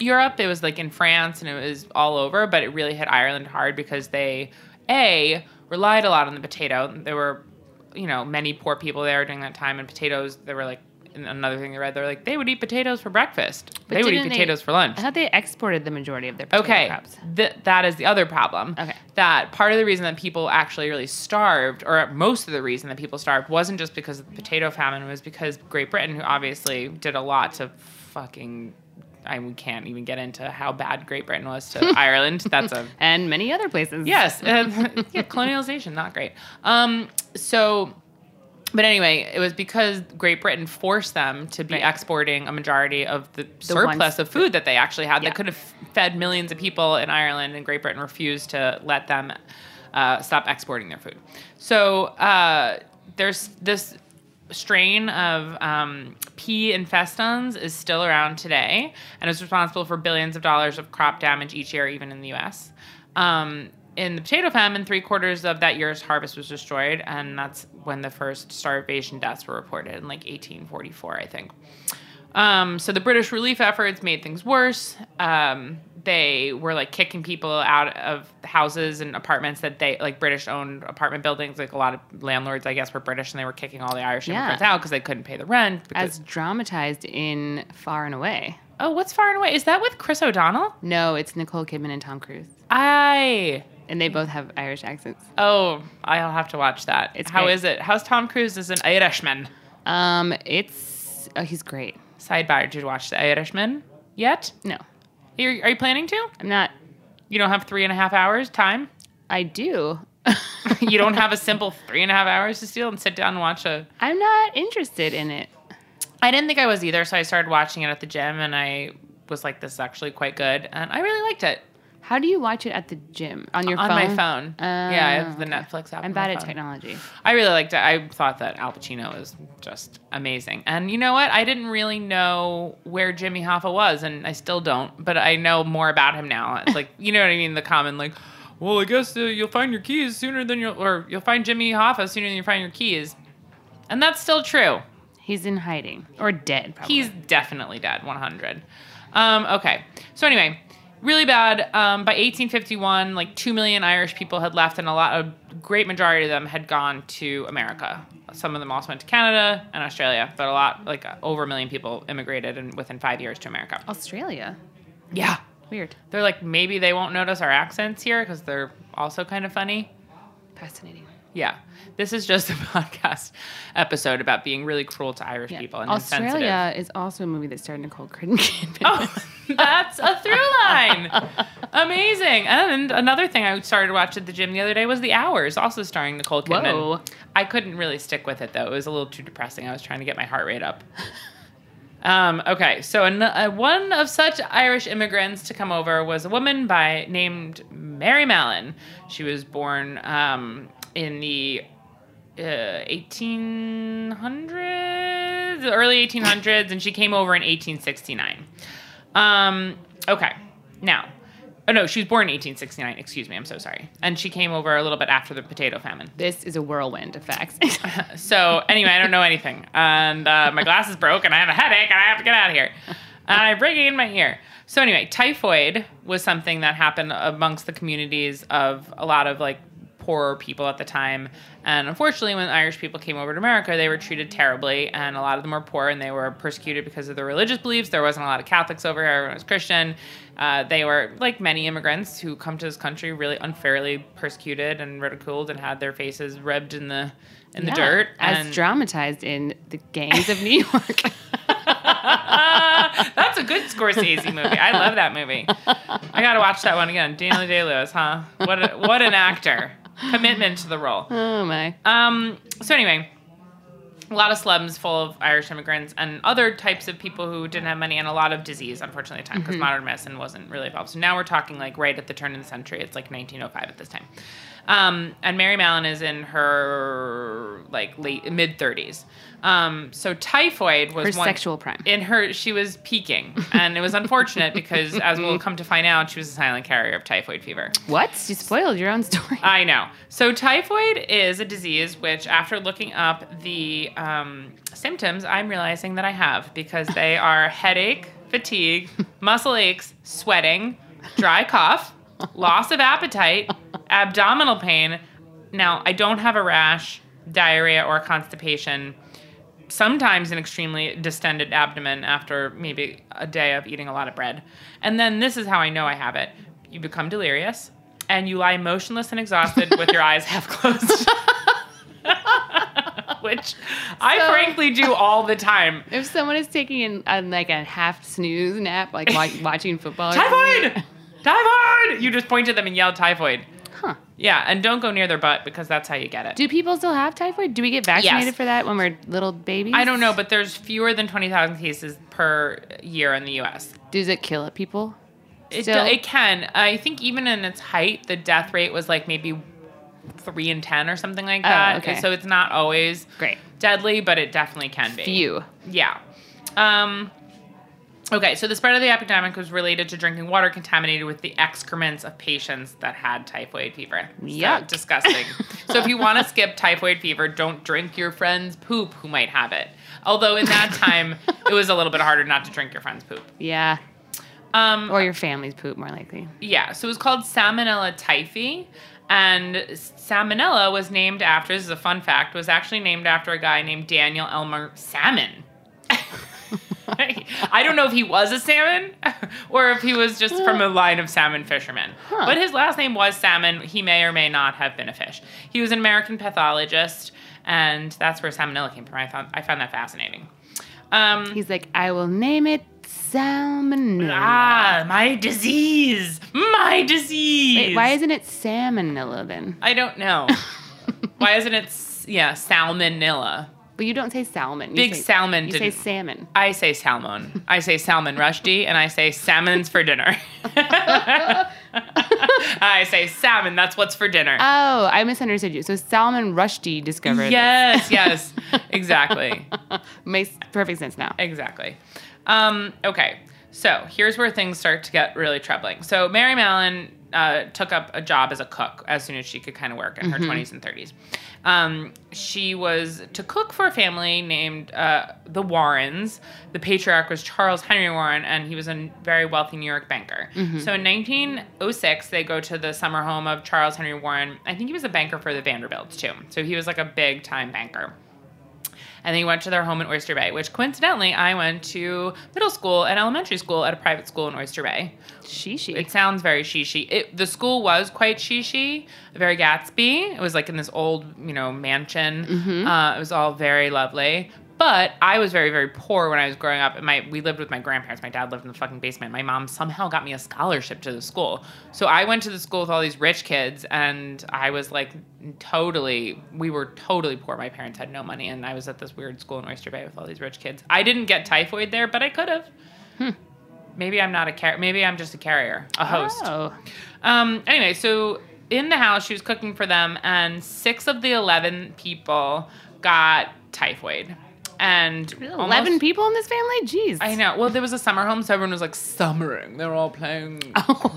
[SPEAKER 6] Europe. It was like in France and it was all over, but it really hit Ireland hard because they, A, relied a lot on the potato. There were, you know, many poor people there during that time, and potatoes, they were like, and another thing they read, they were like, they would eat potatoes for breakfast.
[SPEAKER 7] But
[SPEAKER 6] they would eat
[SPEAKER 7] didn't they-
[SPEAKER 6] potatoes for lunch.
[SPEAKER 7] I thought they exported the majority of their potato
[SPEAKER 6] Okay,
[SPEAKER 7] crops.
[SPEAKER 6] Th- that is the other problem.
[SPEAKER 7] Okay.
[SPEAKER 6] That part of the reason that people actually really starved, or most of the reason that people starved, wasn't just because of the potato famine, it was because Great Britain, who obviously did a lot to fucking I we can't even get into how bad Great Britain was to Ireland. That's a
[SPEAKER 7] and many other places.
[SPEAKER 6] yes, um, yeah, colonialization not great. Um, so, but anyway, it was because Great Britain forced them to be
[SPEAKER 7] Right.
[SPEAKER 6] exporting a majority of the,
[SPEAKER 7] ones
[SPEAKER 6] surplus of food that they actually had
[SPEAKER 7] Yeah.
[SPEAKER 6] that could have fed millions of people in Ireland, and Great Britain refused to let them uh, stop exporting their food. So uh, there's this strain of um, P. infestans is still around today and is responsible for billions of dollars of crop damage each year, even in the U.S. Um, in the potato famine, three quarters of that year's harvest was destroyed, and that's when the first starvation deaths were reported in like 1844, I think. Um, so the British relief efforts made things worse. Um, they were like kicking people out of houses and apartments that they like British owned apartment buildings. Like a lot of landlords, I guess, were British and they were kicking all the Irish
[SPEAKER 7] Yeah.
[SPEAKER 6] immigrants out because they couldn't pay the rent. Because,
[SPEAKER 7] As dramatized in Far and Away.
[SPEAKER 6] oh, what's far and away? Is that with Chris O'Donnell?
[SPEAKER 7] No, it's Nicole Kidman and Tom Cruise.
[SPEAKER 6] I
[SPEAKER 7] And they both have Irish accents.
[SPEAKER 6] oh, I'll have to watch that.
[SPEAKER 7] It's
[SPEAKER 6] How
[SPEAKER 7] great.
[SPEAKER 6] is it? How's Tom Cruise as an Irishman?
[SPEAKER 7] Um, it's oh, he's great.
[SPEAKER 6] Sidebar: Did you watch The Irishman yet?
[SPEAKER 7] No,
[SPEAKER 6] Are you, are you planning to?
[SPEAKER 7] I'm not.
[SPEAKER 6] You don't have three and a half hours time.
[SPEAKER 7] I do.
[SPEAKER 6] you don't have a simple three and a half hours to steal and sit down and watch a.
[SPEAKER 7] I'm not interested in it.
[SPEAKER 6] I didn't think I was either, so I started watching it at the gym, and I was like, "This is actually quite good," and I really liked it
[SPEAKER 7] How do you watch it at the gym on your
[SPEAKER 6] on
[SPEAKER 7] phone?
[SPEAKER 6] my phone. yeah, I have the
[SPEAKER 7] Oh,
[SPEAKER 6] Netflix app.
[SPEAKER 7] I'm
[SPEAKER 6] on my
[SPEAKER 7] bad at
[SPEAKER 6] phone.
[SPEAKER 7] technology.
[SPEAKER 6] I really liked it. I thought that Al Pacino was just amazing, and you know what? I didn't really know where Jimmy Hoffa was, and I still don't, but I know more about him now. It's like you know what I mean? The common like, well, I guess uh, you'll find your keys sooner than you'll, or you'll find Jimmy Hoffa sooner than you find your keys, and that's still true.
[SPEAKER 7] He's in hiding or dead. Probably.
[SPEAKER 6] He's definitely dead, 100. Um, okay. So anyway, really bad. Um, by 1851, like 2 million Irish people had left, and a lot a great majority of them had gone to America. Some of them also went to Canada and Australia, but a lot, like uh, over a million people immigrated and within five years to America.
[SPEAKER 7] Australia.
[SPEAKER 6] Yeah.
[SPEAKER 7] Weird.
[SPEAKER 6] They're like, maybe they won't notice our accents here because they're also kind of funny.
[SPEAKER 7] Fascinating.
[SPEAKER 6] Yeah. This is just a podcast episode about being really cruel to Irish
[SPEAKER 7] Yeah.
[SPEAKER 6] people and insensitive.
[SPEAKER 7] Australia is also a movie that starred Nicole Kidman.
[SPEAKER 6] Oh, that's a through line. Amazing. And another thing I started to watch at the gym the other day was The Hours, also starring Nicole Kidman.
[SPEAKER 7] Whoa.
[SPEAKER 6] I couldn't really stick with it though; it was a little too depressing. I was trying to get my heart rate up. Um, okay, so an, uh, one of such Irish immigrants to come over was a woman by named Mary Mallon. She was born um, in the uh, 1800s, the early 1800s, and she came over in 1869. Um, okay, now, oh no, she was born in 1869. Excuse me, I'm so sorry. And she came over a little bit after the potato famine.
[SPEAKER 7] This is a whirlwind of facts.
[SPEAKER 6] So anyway, I don't know anything, and uh, my glass is broke, and I have a headache, and I have to get out of here, and I'm ringing in my ear. So anyway, typhoid was something that happened amongst the communities of a lot of like poor people at the time, and unfortunately, when Irish people came over to America, they were treated terribly, and a lot of them were poor, and they were persecuted because of their religious beliefs. There wasn't a lot of Catholics over here; everyone was Christian. Uh, they were like many immigrants who come to this country really unfairly persecuted and ridiculed and had their faces rubbed in the in the
[SPEAKER 7] Yeah,
[SPEAKER 6] dirt
[SPEAKER 7] as
[SPEAKER 6] and-
[SPEAKER 7] dramatized in the gangs of New York.
[SPEAKER 6] That's a good Scorsese movie. I love that movie. I gotta watch that one again. Daniel Day Lewis, huh? What a, what an actor! Commitment to the role.
[SPEAKER 7] oh my.
[SPEAKER 6] Um. So anyway, a lot of slums full of Irish immigrants and other types of people who didn't have money and a lot of disease, unfortunately, at the time
[SPEAKER 7] Mm-hmm.
[SPEAKER 6] because modern medicine wasn't really involved. So now we're talking like right at the turn of the century. It's like 1905 at this time. Um, and Mary Mallon is in her like late mid 30s. Um, so typhoid was
[SPEAKER 7] Her
[SPEAKER 6] one,
[SPEAKER 7] sexual prime.
[SPEAKER 6] In her, she was peaking, and it was unfortunate because, as we'll come to find out, she was a silent carrier of typhoid fever.
[SPEAKER 7] What? You spoiled your own story.
[SPEAKER 6] I know. So typhoid is a disease which, after looking up the um, symptoms, I'm realizing that I have because they are headache, fatigue, muscle aches, sweating, dry cough, loss of appetite, abdominal pain. Now, I don't have a rash, diarrhea, or constipation. Sometimes an extremely distended abdomen after maybe a day of eating a lot of bread. And then this is how I know I have it. You become delirious and you lie motionless and exhausted with your eyes half closed. which I
[SPEAKER 7] So-
[SPEAKER 6] frankly do all the time.
[SPEAKER 7] If someone is taking an, a, like a half snooze nap, like wa- watching football, or something-
[SPEAKER 6] Typhoid! Typhoid! You just point at them and yell typhoid.
[SPEAKER 7] Huh.
[SPEAKER 6] Yeah, and don't go near their butt because that's how you get it.
[SPEAKER 7] Do people still have typhoid? Do we get vaccinated
[SPEAKER 6] Yes.
[SPEAKER 7] for that when we're little babies?
[SPEAKER 6] I don't know, but there's fewer than 20,000 cases per year in the US.
[SPEAKER 7] does it kill people?
[SPEAKER 6] It,
[SPEAKER 7] Still?
[SPEAKER 6] it can. I think even in its height, the death rate was like maybe 3 in 10 or something like
[SPEAKER 7] Oh,
[SPEAKER 6] that.
[SPEAKER 7] okay.
[SPEAKER 6] So it's not always
[SPEAKER 7] Great.
[SPEAKER 6] deadly, but it definitely can be.
[SPEAKER 7] Few.
[SPEAKER 6] Yeah. Um, okay, so the spread of the epidemic was related to drinking water contaminated with the excrements of patients that had typhoid fever. So,
[SPEAKER 7] Yuck.
[SPEAKER 6] disgusting. so if you want to skip typhoid fever, don't drink your friend's poop who might have it. Although in that time, it was a little bit harder not to drink your friend's poop.
[SPEAKER 7] Yeah. uh,
[SPEAKER 6] Um,
[SPEAKER 7] Or your family's poop, more likely.
[SPEAKER 6] yeah, so it was called Salmonella typhi. And Salmonella was named after, this is a fun fact, was actually named after a guy named Daniel Elmer Salmon. I don't know if he was a salmon or if he was just from a line of salmon fishermen. But his last name was Salmon. He may or may not have been a fish. He was an American pathologist, and that's where salmonella came from. I found, I found that fascinating. Um,
[SPEAKER 7] He's like, I will name it salmonella.
[SPEAKER 6] ah, my disease! My disease!
[SPEAKER 7] Wait, why isn't it salmonella then?
[SPEAKER 6] I don't know. Why isn't it? s- Yeah, salmonella.
[SPEAKER 7] But you don't say salmon. You
[SPEAKER 6] Big
[SPEAKER 7] say-
[SPEAKER 6] salmon
[SPEAKER 7] You say
[SPEAKER 6] didn't-
[SPEAKER 7] salmon.
[SPEAKER 6] I say salmon. I say salmon rushdie, and I say salmon's for dinner. I say salmon. That's what's for dinner.
[SPEAKER 7] Oh, I misunderstood you. So Salman Rushdie discovered.
[SPEAKER 6] yes, yes, exactly,
[SPEAKER 7] Makes perfect sense now.
[SPEAKER 6] exactly. Um, okay, so here's where things start to get really troubling. So Mary Mallon uh, took up a job as a cook as soon as she could kind of work in her 20s and 30s. Um, she was to cook for a family named uh, the Warrens. The patriarch was Charles Henry Warren, and he was a very wealthy New York banker. So in 1906, they go to the summer home of Charles Henry Warren. I think he was a banker for the Vanderbilts, too. So he was like a big time banker. And they went to their home in Oyster Bay, which coincidentally, I went to middle school and elementary school at a private school in Oyster Bay.
[SPEAKER 7] She she.
[SPEAKER 6] It sounds very shishi. It, the school was quite shishi, very Gatsby. It was like in this old, you know, mansion. Uh, it was all very lovely. But I was very, very poor when I was growing up, and my we lived with my grandparents. My dad lived in the fucking basement. My mom somehow got me a scholarship to the school, so I went to the school with all these rich kids, and I was like, totally, we were totally poor. My parents had no money, and I was at this weird school in Oyster Bay with all these rich kids. I didn't get typhoid there, but I could have. Maybe I'm not a car- maybe I'm just a carrier, a host.
[SPEAKER 7] Oh.
[SPEAKER 6] Um, anyway, so in the house, she was cooking for them, and six of the 11 people got typhoid. And almost-
[SPEAKER 7] 11 people in this family? Jeez.
[SPEAKER 6] I know. Well, there was a summer home, so everyone was like summering. They were all playing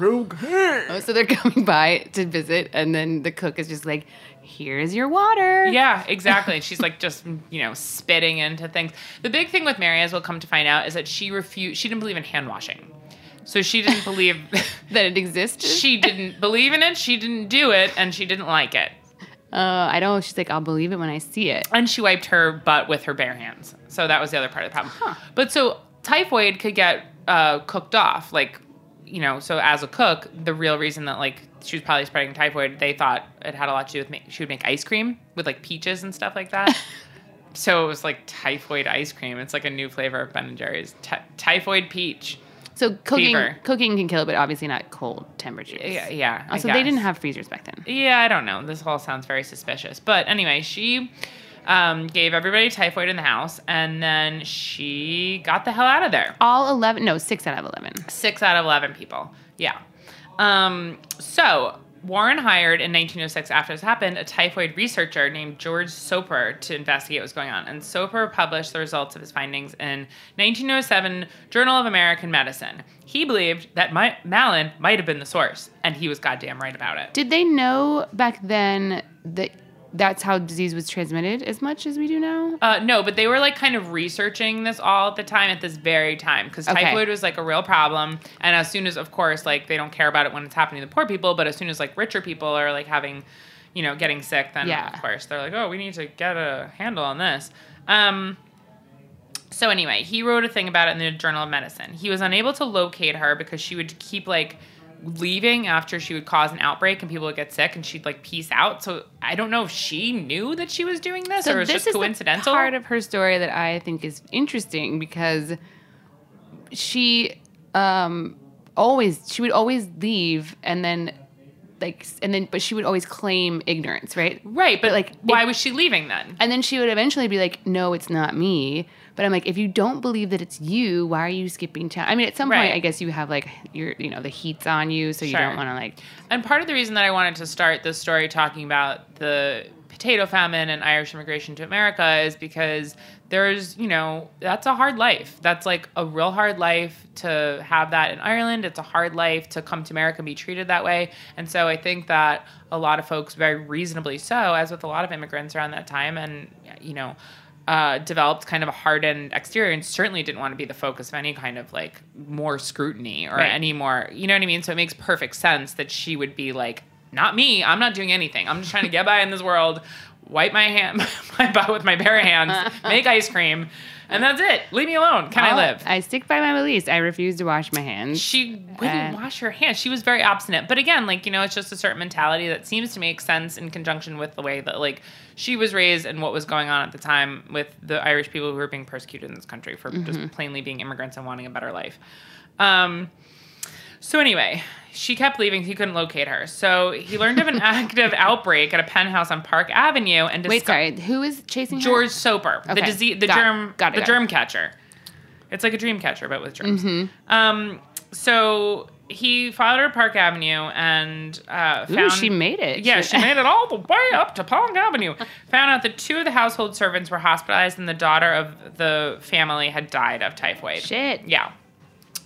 [SPEAKER 7] Oh, so they're coming by to visit, and then the cook is just like, here's your water.
[SPEAKER 6] Yeah, exactly. And she's like just you know spitting into things. The big thing with Mary, as we'll come to find out, is that she refused. She didn't believe in hand washing, so she didn't believe.
[SPEAKER 7] That it existed.
[SPEAKER 6] she didn't believe in it. She didn't do it, and she didn't like it.
[SPEAKER 7] Uh, I know. She's like, I'll believe it when I see it.
[SPEAKER 6] and she wiped her butt with her bare hands. So that was the other part of the problem. But so typhoid could get uh, cooked off, like you know. So as a cook, the real reason that like she was probably spreading typhoid, they thought it had a lot to do with make, she would make ice cream with like peaches and stuff like that. so it was like typhoid ice cream. It's like a new flavor of Ben and Jerry's Ty- typhoid peach.
[SPEAKER 7] So cooking
[SPEAKER 6] Fever.
[SPEAKER 7] cooking can kill it, but obviously not cold temperatures.
[SPEAKER 6] Yeah, yeah. I
[SPEAKER 7] Also, they didn't
[SPEAKER 6] guess.
[SPEAKER 7] have freezers back then.
[SPEAKER 6] Yeah, I don't know. This all sounds very suspicious. But anyway, she um, gave everybody typhoid in the house, and then she got the hell out of there.
[SPEAKER 7] All 11, no, six out of 11.
[SPEAKER 6] Six out of 11 people. Yeah. Um, so Warren hired in 1906, after this happened, a typhoid researcher named George Soper to investigate what was going on. And Soper published the results of his findings in 1907 Journal of American Medicine. He believed that my- Malin might have been the source, and he was goddamn right about it.
[SPEAKER 7] Did they know back then that that's how disease was transmitted as much as we do now?
[SPEAKER 6] Uh, no, but they were like kind of researching this all at the time at this very time because
[SPEAKER 7] Okay.
[SPEAKER 6] typhoid was like a real problem. And as soon as, of course, like they don't care about it when it's happening to poor people, but as soon as like richer people are like having, you know, getting sick, then
[SPEAKER 7] Yeah.
[SPEAKER 6] of course they're like, oh, we need to get a handle on this. Um, so anyway, he wrote a thing about it in the Journal of Medicine. He was unable to locate her because she would keep like leaving after she would cause an outbreak and people would get sick and she'd like peace out. So I don't know if she knew that she was doing this or it was just coincidental.
[SPEAKER 7] The part of her story that I think is interesting because she um, always she would always leave and then like s- and then but she would always claim ignorance, right?
[SPEAKER 6] right, but
[SPEAKER 7] like,
[SPEAKER 6] like why
[SPEAKER 7] it-
[SPEAKER 6] was she leaving then?
[SPEAKER 7] And then she would eventually be like, "No, it's not me." But I'm like, if you don't believe that it's you, why are you skipping town? I mean, at some
[SPEAKER 6] Right.
[SPEAKER 7] point, I guess you have like your, you know, the heat's on you, so you
[SPEAKER 6] Sure.
[SPEAKER 7] don't want to like.
[SPEAKER 6] And part of the reason that I wanted to start this story talking about the potato famine and Irish immigration to America is because there's, you know, that's a hard life. That's like a real hard life to have that in Ireland. It's a hard life to come to America and be treated that way. And so I think that a lot of folks, very reasonably so, as with a lot of immigrants around that time, and, you know, uh, developed kind of a hardened exterior and certainly didn't want to be the focus of any kind of like more scrutiny or
[SPEAKER 7] Right.
[SPEAKER 6] any more, you know what I mean? So it makes perfect sense that she would be like, not me, I'm not doing anything. I'm just trying to get by in this world, wipe my hand, my butt with my bare hands, make ice cream, and that's it. Leave me alone. Can I
[SPEAKER 7] "Oh,
[SPEAKER 6] live?
[SPEAKER 7] I stick by my beliefs. I refuse to wash my hands.
[SPEAKER 6] She wouldn't
[SPEAKER 7] And-
[SPEAKER 6] wash her hands. She was very obstinate. But again, like, you know, it's just a certain mentality that seems to make sense in conjunction with the way that, like, she was raised and what was going on at the time with the Irish people who were being persecuted in this country for
[SPEAKER 7] Mm-hmm.
[SPEAKER 6] just plainly being immigrants and wanting a better life. Um, so anyway, she kept leaving. He couldn't locate her. So he learned of an active outbreak at a penthouse on Park Avenue and
[SPEAKER 7] Wait,
[SPEAKER 6] disco-
[SPEAKER 7] sorry, who is chasing her?
[SPEAKER 6] George Soper, the
[SPEAKER 7] Okay.
[SPEAKER 6] disease, the
[SPEAKER 7] Got it.
[SPEAKER 6] germ,
[SPEAKER 7] Got it,
[SPEAKER 6] the
[SPEAKER 7] got it.
[SPEAKER 6] germ catcher. It's like a dream catcher, but with germs.
[SPEAKER 7] Mm-hmm.
[SPEAKER 6] Um, so he followed her to Park Avenue and uh,
[SPEAKER 7] Ooh,
[SPEAKER 6] found
[SPEAKER 7] she made it.
[SPEAKER 6] Yeah, she made it all the way up to Park Avenue. Found out that two of the household servants were hospitalized and the daughter of the family had died of typhoid.
[SPEAKER 7] Shit.
[SPEAKER 6] Yeah.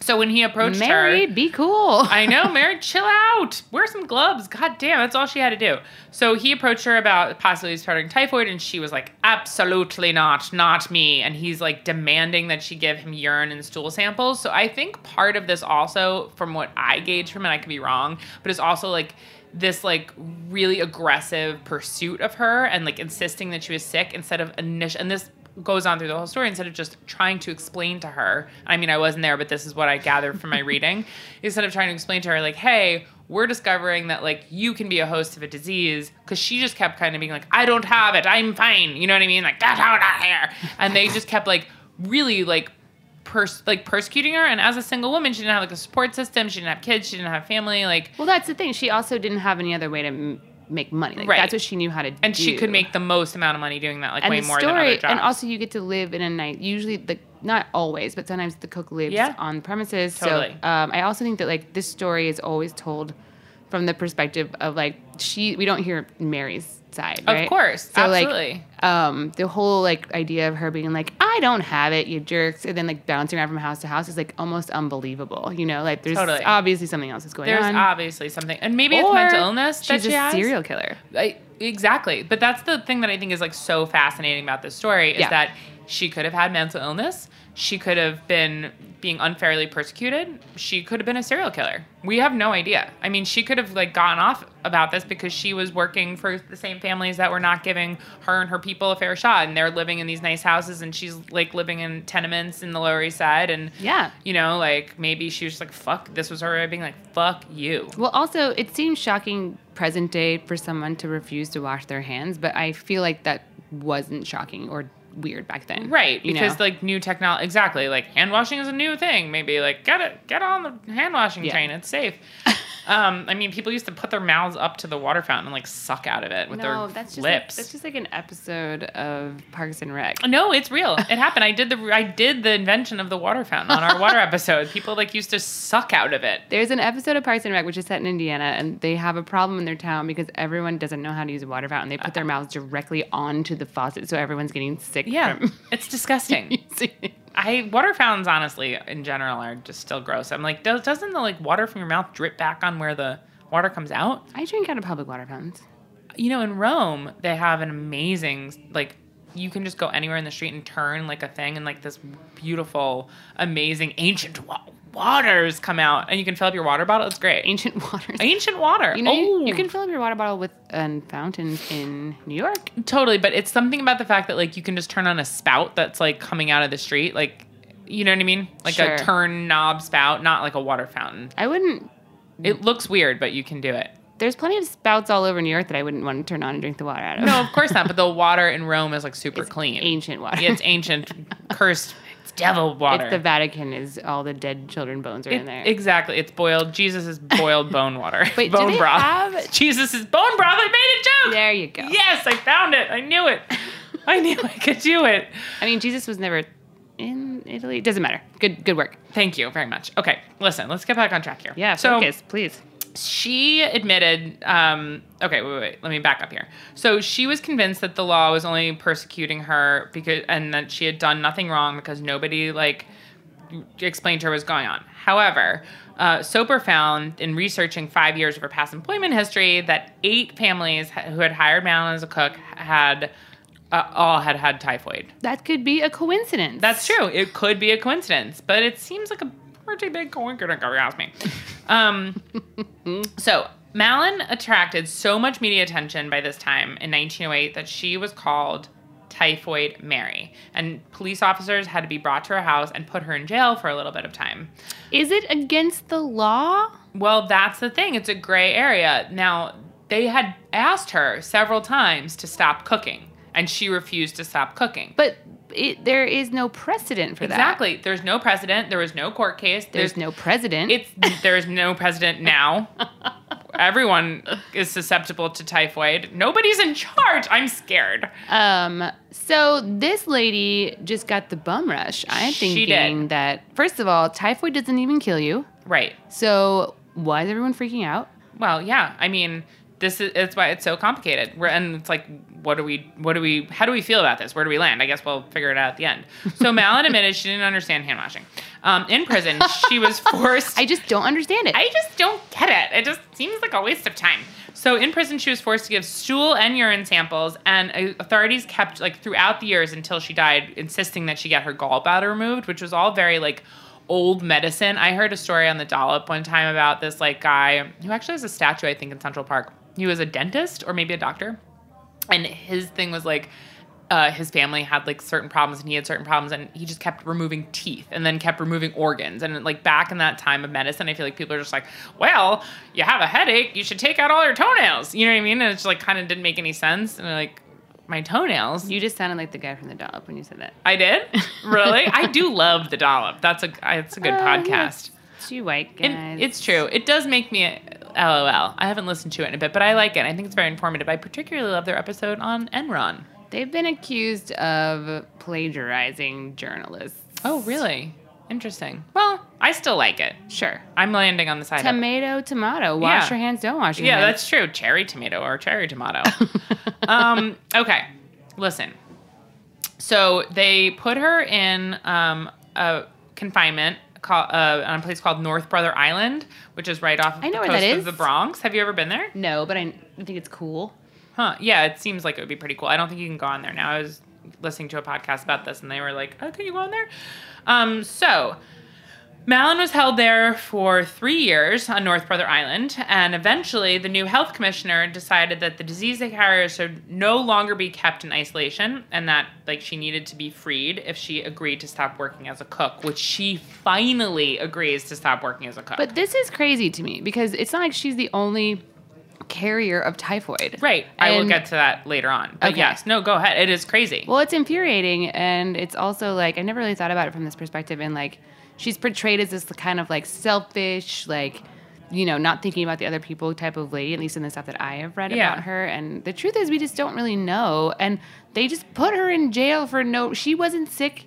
[SPEAKER 6] So when he approached her,
[SPEAKER 7] Mary, be cool.
[SPEAKER 6] I know, Mary, chill out. Wear some gloves. God damn, that's all she had to do. So he approached her about possibly starting typhoid, and she was like, absolutely not, not me. And he's like demanding that she give him urine and stool samples. So I think part of this also, from what I gauge from it, I could be wrong, but it's also like this like really aggressive pursuit of her and like insisting that she was sick instead of initial and this goes on through the whole story instead of just trying to explain to her. I mean, I wasn't there, but this is what I gathered from my reading. Instead of trying to explain to her, like, hey, we're discovering that like you can be a host of a disease because she just kept kind of being like, I don't have it, I'm fine. You know what I mean? Like, that's how not here. And they just kept like really like pers- like persecuting her. And as a single woman, she didn't have like a support system. She didn't have kids. She didn't have family. Like,
[SPEAKER 7] well, that's the thing. She also didn't have any other way to m- make money. Like,
[SPEAKER 6] Right.
[SPEAKER 7] That's what she knew how to do.
[SPEAKER 6] and she could make the most amount of money doing that like
[SPEAKER 7] and
[SPEAKER 6] way
[SPEAKER 7] the
[SPEAKER 6] more
[SPEAKER 7] story,
[SPEAKER 6] than other jobs.
[SPEAKER 7] and also you get to live in a night. Usually, the not always, but sometimes the cook lives
[SPEAKER 6] Yeah.
[SPEAKER 7] on premises.
[SPEAKER 6] Totally.
[SPEAKER 7] So um, I also think that like this story is always told from the perspective of like she. We don't hear Mary's side,
[SPEAKER 6] Of
[SPEAKER 7] right?
[SPEAKER 6] course,
[SPEAKER 7] so
[SPEAKER 6] absolutely.
[SPEAKER 7] like um, the whole like idea of her being like, I don't have it, you jerks, and then like bouncing around from house to house is like almost unbelievable. You know, like there's
[SPEAKER 6] Totally.
[SPEAKER 7] obviously something else is going
[SPEAKER 6] There's
[SPEAKER 7] on.
[SPEAKER 6] obviously something, and maybe it's
[SPEAKER 7] Or
[SPEAKER 6] mental illness that
[SPEAKER 7] She's
[SPEAKER 6] she
[SPEAKER 7] a
[SPEAKER 6] has.
[SPEAKER 7] serial killer.
[SPEAKER 6] I, exactly, but that's the thing that I think is like so fascinating about this story is
[SPEAKER 7] Yeah.
[SPEAKER 6] that she could have had mental illness. She could have been being unfairly persecuted. She could have been a serial killer. We have no idea. I mean, she could have like gone off about this because she was working for the same families that were not giving her and her people a fair shot, and they're living in these nice houses, and she's like living in tenements in the Lower East Side, and
[SPEAKER 7] Yeah.
[SPEAKER 6] you know, like maybe she was like, "Fuck," this was her way of being like, "Fuck you."
[SPEAKER 7] Well, also, it seems shocking present day for someone to refuse to wash their hands, but I feel like that wasn't shocking or weird back then.
[SPEAKER 6] Right,
[SPEAKER 7] you
[SPEAKER 6] because
[SPEAKER 7] know?
[SPEAKER 6] like new technology, exactly. Like hand washing is a new thing. Maybe like get it, get on the hand washing
[SPEAKER 7] Yeah.
[SPEAKER 6] train. It's safe. um, I mean, people used to put their mouths up to the water fountain and like suck out of it with
[SPEAKER 7] no,
[SPEAKER 6] their
[SPEAKER 7] that's just
[SPEAKER 6] lips.
[SPEAKER 7] Like, that's just like an episode of Parks and Rec.
[SPEAKER 6] no, it's real. It happened. I did the I did the invention of the water fountain on our water episode. People like used to suck out of it.
[SPEAKER 7] There's an episode of Parks and Rec which is set in Indiana, and they have a problem in their town because everyone doesn't know how to use a water fountain. They put
[SPEAKER 6] Uh-uh.
[SPEAKER 7] their mouths directly onto the faucet, so everyone's getting sick.
[SPEAKER 6] Yeah,
[SPEAKER 7] from
[SPEAKER 6] it's disgusting.
[SPEAKER 7] using it.
[SPEAKER 6] I water fountains honestly in general are just still gross. I'm like, does, doesn't the like water from your mouth drip back on where the water comes out?
[SPEAKER 7] I drink out of public water fountains.
[SPEAKER 6] you know, in Rome, they have an amazing like you can just go anywhere in the street and turn like a thing, and like this beautiful, amazing ancient wa- waters come out, and you can fill up your water bottle. It's great. Ancient,
[SPEAKER 7] Ancient waters.
[SPEAKER 6] water.
[SPEAKER 7] You know, you-
[SPEAKER 6] oh,
[SPEAKER 7] you, can fill up your water bottle with a fountain in New York.
[SPEAKER 6] totally. But it's something about the fact that like you can just turn on a spout that's like coming out of the street, like. You know what I mean? Like
[SPEAKER 7] Sure.
[SPEAKER 6] a turn knob spout, not like a water fountain.
[SPEAKER 7] I wouldn't
[SPEAKER 6] It looks weird, but you can do it.
[SPEAKER 7] There's plenty of spouts all over New York that I wouldn't want to turn on and drink the water out of.
[SPEAKER 6] No, of course not. But the water in Rome is like super
[SPEAKER 7] It's
[SPEAKER 6] clean.
[SPEAKER 7] ancient water.
[SPEAKER 6] Yeah, it's ancient, cursed. It's devil water.
[SPEAKER 7] It's the Vatican. Is all the dead children bones are
[SPEAKER 6] It-
[SPEAKER 7] in there.
[SPEAKER 6] Exactly. It's boiled. Jesus is boiled bone water.
[SPEAKER 7] Wait, do
[SPEAKER 6] bone
[SPEAKER 7] they
[SPEAKER 6] broth.
[SPEAKER 7] have-
[SPEAKER 6] Jesus is bone broth. I made a joke.
[SPEAKER 7] There you go.
[SPEAKER 6] Yes, I found it. I knew it. I knew I could do it.
[SPEAKER 7] I mean, Jesus was never in Italy. Doesn't matter. Good, good work.
[SPEAKER 6] Thank you very much. Okay, listen, let's get back on track here.
[SPEAKER 7] Yeah.
[SPEAKER 6] so
[SPEAKER 7] focus, please.
[SPEAKER 6] she admitted. Um, okay, wait, wait, wait. Let me back up here. So she was convinced that the law was only persecuting her because, and that she had done nothing wrong because nobody like explained to her what was going on. However, uh, Soper found in researching five years of her past employment history that eight families ha- who had hired Madeline as a cook had uh, all had had typhoid.
[SPEAKER 7] That could be a coincidence.
[SPEAKER 6] That's true. It could be a coincidence, but it seems like a pretty big coincidence, if you ask me. Um, so, Malin attracted so much media attention by this time in 1908 that she was called Typhoid Mary, and police officers had to be brought to her house and put her in jail for a little bit of time.
[SPEAKER 7] Is it against the law?
[SPEAKER 6] Well, that's the thing. It's a gray area. Now, they had asked her several times to stop cooking, and she refused to stop cooking.
[SPEAKER 7] But it, there is no precedent for that.
[SPEAKER 6] Exactly. There's no precedent. There was no court case.
[SPEAKER 7] There's, no precedent.
[SPEAKER 6] It's there's no president now. Everyone is susceptible to typhoid. Nobody's in charge. I'm scared.
[SPEAKER 7] Um, so this lady just got the bum rush. I'm
[SPEAKER 6] She did.
[SPEAKER 7] thinking that first of all, typhoid doesn't even kill you.
[SPEAKER 6] Right.
[SPEAKER 7] So why is everyone freaking out?
[SPEAKER 6] Well, yeah. I mean, this is it's why it's so complicated. We're, and it's like, what do we, what do we, how do we feel about this? Where do we land? I guess we'll figure it out at the end. So Malin admitted she didn't understand hand washing. Um, in prison, she was forced.
[SPEAKER 7] I just don't understand it.
[SPEAKER 6] I just don't get it. It just seems like a waste of time. So in prison, she was forced to give stool and urine samples, and uh, authorities kept like throughout the years until she died, insisting that she get her gallbladder removed, which was all very like old medicine. I heard a story on the dollop one time about this like guy who actually has a statue, I think, in Central Park. He was a dentist or maybe a doctor and his thing was like uh, his family had like certain problems and he had certain problems and he just kept removing teeth and then kept removing organs and like back in that time of medicine i feel like people are just like well you have a headache you should take out all your toenails you know what i mean and it's just, like kind of didn't make any sense and they're like my toenails
[SPEAKER 7] you just sounded like the guy from the dollop when you said that.
[SPEAKER 6] i did really i do love the dollop that's a it's a good
[SPEAKER 7] Uh,
[SPEAKER 6] podcast
[SPEAKER 7] It's you white
[SPEAKER 6] it-
[SPEAKER 7] guys.
[SPEAKER 6] it's true. It does make me LOL. I haven't listened to it in a bit, but I like it. I think it's very informative. I particularly love their episode on Enron.
[SPEAKER 7] They've been accused of plagiarizing journalists.
[SPEAKER 6] Oh, really? Interesting. Well, I still like it.
[SPEAKER 7] Sure.
[SPEAKER 6] I'm landing on the side. of
[SPEAKER 7] Tomato, tomato. Wash
[SPEAKER 6] Yeah.
[SPEAKER 7] your hands, don't wash your
[SPEAKER 6] yeah,
[SPEAKER 7] hands.
[SPEAKER 6] that's true. Cherry tomato or cherry tomato. um, okay, listen. So they put her in um, a confinement call, uh, on a place called North Brother Island, which is right off of
[SPEAKER 7] I know
[SPEAKER 6] the
[SPEAKER 7] where
[SPEAKER 6] coast
[SPEAKER 7] that
[SPEAKER 6] of
[SPEAKER 7] is.
[SPEAKER 6] the Bronx. Have you ever been there?
[SPEAKER 7] No, but I, I think it's cool.
[SPEAKER 6] Huh. Yeah, it seems like it would be pretty cool. I don't think you can go on there now. I was listening to a podcast about this and they were like, oh, can you go on there? Um, so Malin was held there for three years on North Brother Island, and eventually the new health commissioner decided that the disease they carrier should no longer be kept in isolation and that like she needed to be freed if she agreed to stop working as a cook, which she finally agrees to stop working as a cook.
[SPEAKER 7] But this is crazy to me because it's not like she's the only carrier of typhoid.
[SPEAKER 6] right. I will
[SPEAKER 7] And-
[SPEAKER 6] get to that later on. But
[SPEAKER 7] Okay.
[SPEAKER 6] yes, no, go ahead. It is crazy.
[SPEAKER 7] Well, it's infuriating, and it's also like I never really thought about it from this perspective. And like, she's portrayed as this kind of like selfish, like you know, not thinking about the other people type of lady. At least in the stuff that I have read
[SPEAKER 6] Yeah.
[SPEAKER 7] about her. And the truth is, we just don't really know. And they just put her in jail for no. She wasn't sick.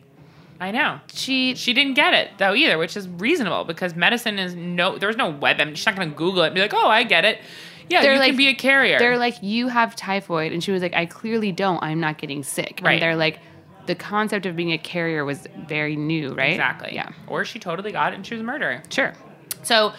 [SPEAKER 6] I know.
[SPEAKER 7] She
[SPEAKER 6] she didn't get it though either, which is reasonable because medicine is no there's no web. I mean, she's not going to Google it and be like, oh, I get it. Yeah,
[SPEAKER 7] They're
[SPEAKER 6] you
[SPEAKER 7] like-
[SPEAKER 6] can be a carrier.
[SPEAKER 7] They're like, you have typhoid. And she was like, I clearly don't. I'm not getting sick.
[SPEAKER 6] Right.
[SPEAKER 7] And they're like, the concept of being a carrier was very new, right?
[SPEAKER 6] exactly.
[SPEAKER 7] Yeah.
[SPEAKER 6] Or she totally got it and she was a murderer.
[SPEAKER 7] Sure.
[SPEAKER 6] So.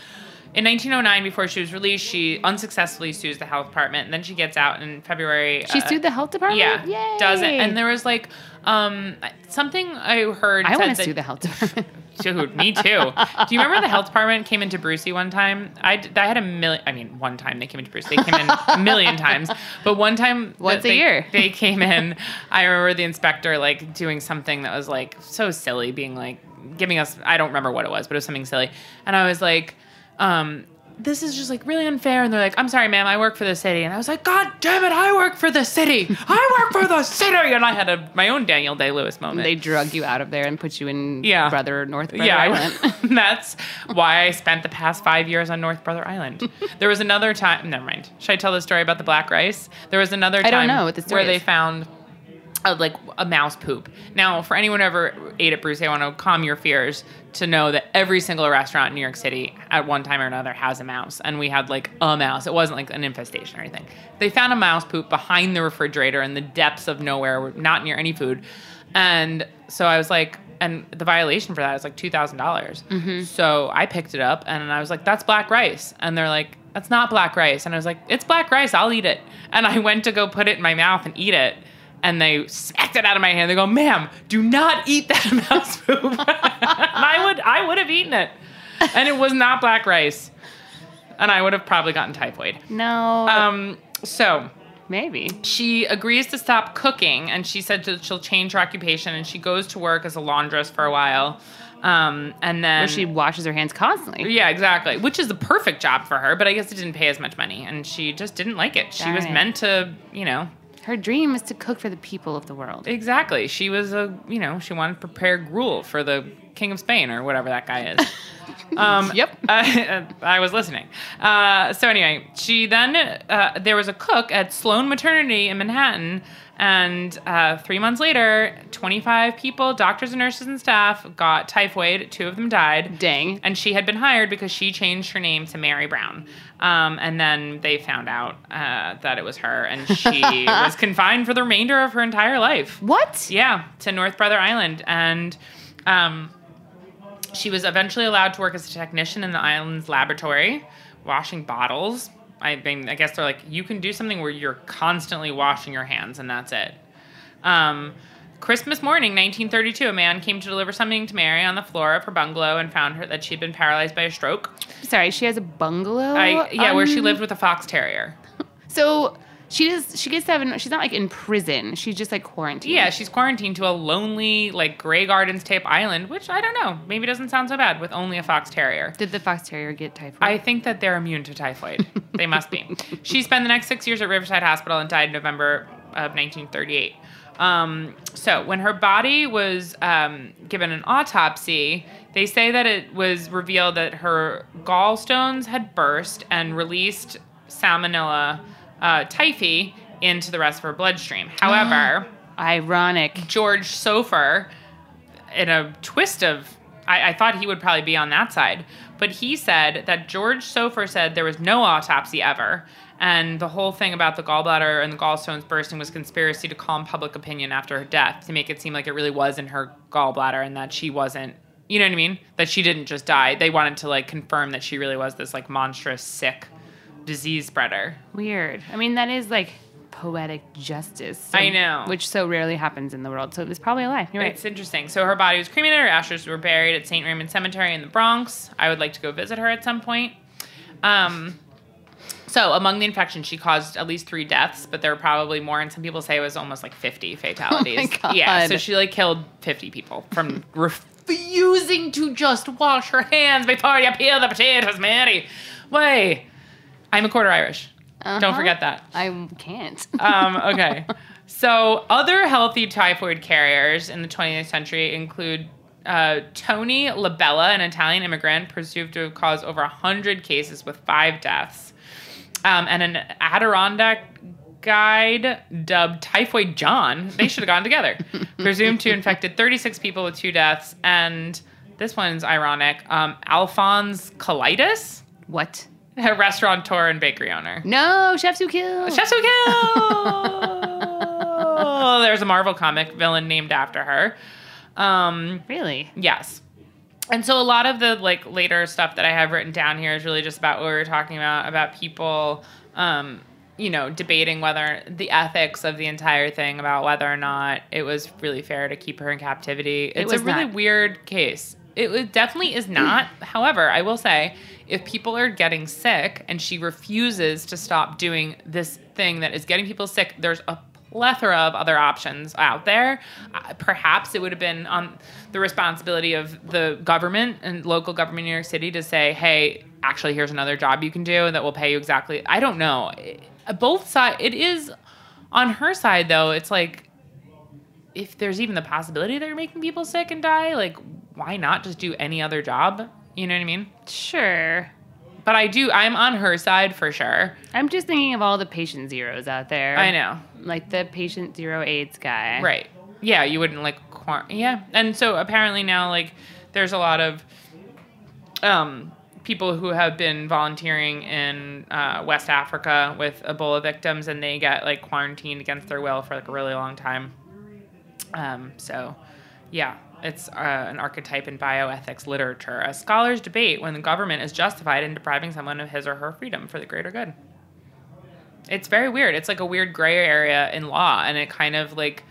[SPEAKER 6] In 1909, before she was released, she unsuccessfully sues the health department. And then she gets out in February.
[SPEAKER 7] She
[SPEAKER 6] uh,
[SPEAKER 7] sued the health department?
[SPEAKER 6] Yeah,
[SPEAKER 7] Yay.
[SPEAKER 6] does it? And there was like um, something I heard.
[SPEAKER 7] I
[SPEAKER 6] said
[SPEAKER 7] want to
[SPEAKER 6] that-
[SPEAKER 7] sue the health department.
[SPEAKER 6] Dude, me too. Do you remember the health department came into Brucey one time? I, d- I had a million. I mean, one time they came into Brucey. They came in a million times, but one time, that
[SPEAKER 7] Once a
[SPEAKER 6] they-
[SPEAKER 7] year.
[SPEAKER 6] they came in. I remember the inspector like doing something that was like so silly, being like giving us. I don't remember what it was, but it was something silly, and I was like. Um, this is just like really unfair. And they're like, I'm sorry, ma'am, I work for the city. And I was like, God damn it, I work for the city. I work for the city. And I had a, my own Daniel Day Lewis moment.
[SPEAKER 7] They drug you out of there and put you in
[SPEAKER 6] Yeah.
[SPEAKER 7] Brother North Brother
[SPEAKER 6] yeah, I-
[SPEAKER 7] Island.
[SPEAKER 6] that's why I spent the past five years on North Brother Island. there was another time. Never mind. Should I tell the story about the black rice? There was another time
[SPEAKER 7] I don't know what the story
[SPEAKER 6] where they
[SPEAKER 7] is.
[SPEAKER 6] found a, like a mouse poop. Now, for anyone who ever ate at Bruce, I want to calm your fears to know that every single restaurant in New York City at one time or another has a mouse, and we had like a mouse. It wasn't like an infestation or anything. They found a mouse poop behind the refrigerator in the depths of nowhere, not near any food, and so I was like. And the violation for that is like two dollars. So I picked it up and I was like, "That's black rice," and they're like, "That's not black rice," and I was like, "It's black rice. I'll eat it." And I went to go put it in my mouth and eat it, and they smacked it out of my hand. They go, "Ma'am, do not eat that mouse poop." and I would, I would have eaten it, and it was not black rice, and I would have probably gotten typhoid.
[SPEAKER 7] no,
[SPEAKER 6] Um, so
[SPEAKER 7] maybe.
[SPEAKER 6] she agrees to stop cooking and she said that she'll change her occupation and she goes to work as a laundress for a while, um, and then
[SPEAKER 7] Where she washes her hands constantly.
[SPEAKER 6] yeah, exactly. Which is the perfect job for her, but I guess it didn't pay as much money, and she just didn't like it. She
[SPEAKER 7] Darn
[SPEAKER 6] was
[SPEAKER 7] it.
[SPEAKER 6] meant to, you know,
[SPEAKER 7] Her dream is to cook for the people of the world.
[SPEAKER 6] Exactly. She was a, you know, she wanted to prepare gruel for the King of Spain or whatever that guy is. um,
[SPEAKER 7] Yep.
[SPEAKER 6] I, I was listening. Uh, so anyway, she then uh, there was a cook at Sloan Maternity in Manhattan, and uh, three months later, 25 people, doctors and nurses and staff, got typhoid. Two of them died.
[SPEAKER 7] Dang.
[SPEAKER 6] And she had been hired because she changed her name to Mary Brown. Um, and then they found out uh, that it was her, and she was confined for the remainder of her entire life.
[SPEAKER 7] What?
[SPEAKER 6] Yeah, to North Brother Island. And um, she was eventually allowed to work as a technician in the island's laboratory, washing bottles. I mean, I guess they're like, you can do something where you're constantly washing your hands, and that's it. Um, Christmas morning, 1932, a man came to deliver something to Mary on the floor of her bungalow and found her that she had been paralyzed by a stroke.
[SPEAKER 7] Sorry, she has a bungalow.
[SPEAKER 6] I, yeah, where she
[SPEAKER 7] Um,
[SPEAKER 6] lived with a fox terrier.
[SPEAKER 7] So she just she gets to have. an- She's not like in prison. She's just like quarantined.
[SPEAKER 6] Yeah, she's quarantined to a lonely, like Grey Gardens type island, which I don't know, maybe doesn't sound so bad with only a fox terrier.
[SPEAKER 7] Did the fox terrier get typhoid?
[SPEAKER 6] I think that they're immune to typhoid. they must be. She spent the next six years at Riverside Hospital and died November of 1938. Um, so when her body was um, given an autopsy, they say that it was revealed that her gallstones had burst and released salmonella uh, typhi into the rest of her bloodstream. However.
[SPEAKER 7] Ironic.
[SPEAKER 6] George Sofer in a twist of I, I thought he would probably be on that side, but he said that George Sofer said there was no autopsy ever. And the whole thing about the gallbladder and the gallstones bursting was conspiracy to calm public opinion after her death to make it seem like it really was in her gallbladder and that she wasn't, you know what I mean? That she didn't just die. They wanted to like confirm that she really was this like monstrous, sick disease spreader.
[SPEAKER 7] Weird. I mean, that is like poetic justice. so-
[SPEAKER 6] I know.
[SPEAKER 7] Which so rarely happens in the world. So it was probably a lie. You're right.
[SPEAKER 6] It's interesting. So her body was cremated. Her ashes were buried at St. Raymond Cemetery in the Bronx. I would like to go visit her at some point. Um, so among the infections, she caused at least three deaths, but there were probably more. And some people say it was almost like 50 fatalities.
[SPEAKER 7] Oh God.
[SPEAKER 6] Yeah. So she like killed 50 people from refusing to just wash her hands before you peel the potatoes, Mary. Way. I'm a quarter Irish. Don't
[SPEAKER 7] Uh-huh.
[SPEAKER 6] forget that.
[SPEAKER 7] I can't.
[SPEAKER 6] Um, okay. So, other healthy typhoid carriers in the 20th century include uh, Tony Labella, an Italian immigrant, presumed to have caused over 100 cases with five deaths, um, and an Adirondack guide dubbed Typhoid John. They should have gone together. presumed to infected 36 people with two deaths, and this one's ironic um, Alphonse Colitis,
[SPEAKER 7] what?
[SPEAKER 6] a restaurateur and bakery owner.
[SPEAKER 7] No, chefs who kill.
[SPEAKER 6] Chefs Who Kill. There's a Marvel comic villain named after her. Um,
[SPEAKER 7] Really?
[SPEAKER 6] yes. And so a lot of the like later stuff that I have written down here is really just about what we were talking about about people, um, you know, debating whether the ethics of the entire thing about whether or not it was really fair to keep her in captivity. It's a
[SPEAKER 7] was
[SPEAKER 6] really
[SPEAKER 7] not.
[SPEAKER 6] weird case. It, it definitely is not. However, I will say, if people are getting sick and she refuses to stop doing this thing that is getting people sick, there's a plethora of other options out there. Uh, perhaps it would have been on the responsibility of the government and local government in New York City to say, hey, actually, here's another job you can do that will pay you exactly. I don't know. It- Both side, it is on her side though. It's like if there's even the possibility that you're making people sick and die, like why not just do any other job? You know what I mean?
[SPEAKER 7] Sure.
[SPEAKER 6] But I do. I'm on her side for sure.
[SPEAKER 7] I'm just thinking of all the patient zeros out there.
[SPEAKER 6] I know.
[SPEAKER 7] Like the patient zero AIDS guy.
[SPEAKER 6] Right. Yeah, you wouldn't like quar- yeah. And so apparently now like there's a lot of um people who have been volunteering in uh, West Africa with Ebola victims and they get like quarantined against their will for like a really long time. Um so yeah, it's uh, an archetype in bioethics literature. A scholars debate when the government is justified in depriving someone of his or her freedom for the greater good. It's very weird. It's like a weird gray area in law and it kind of like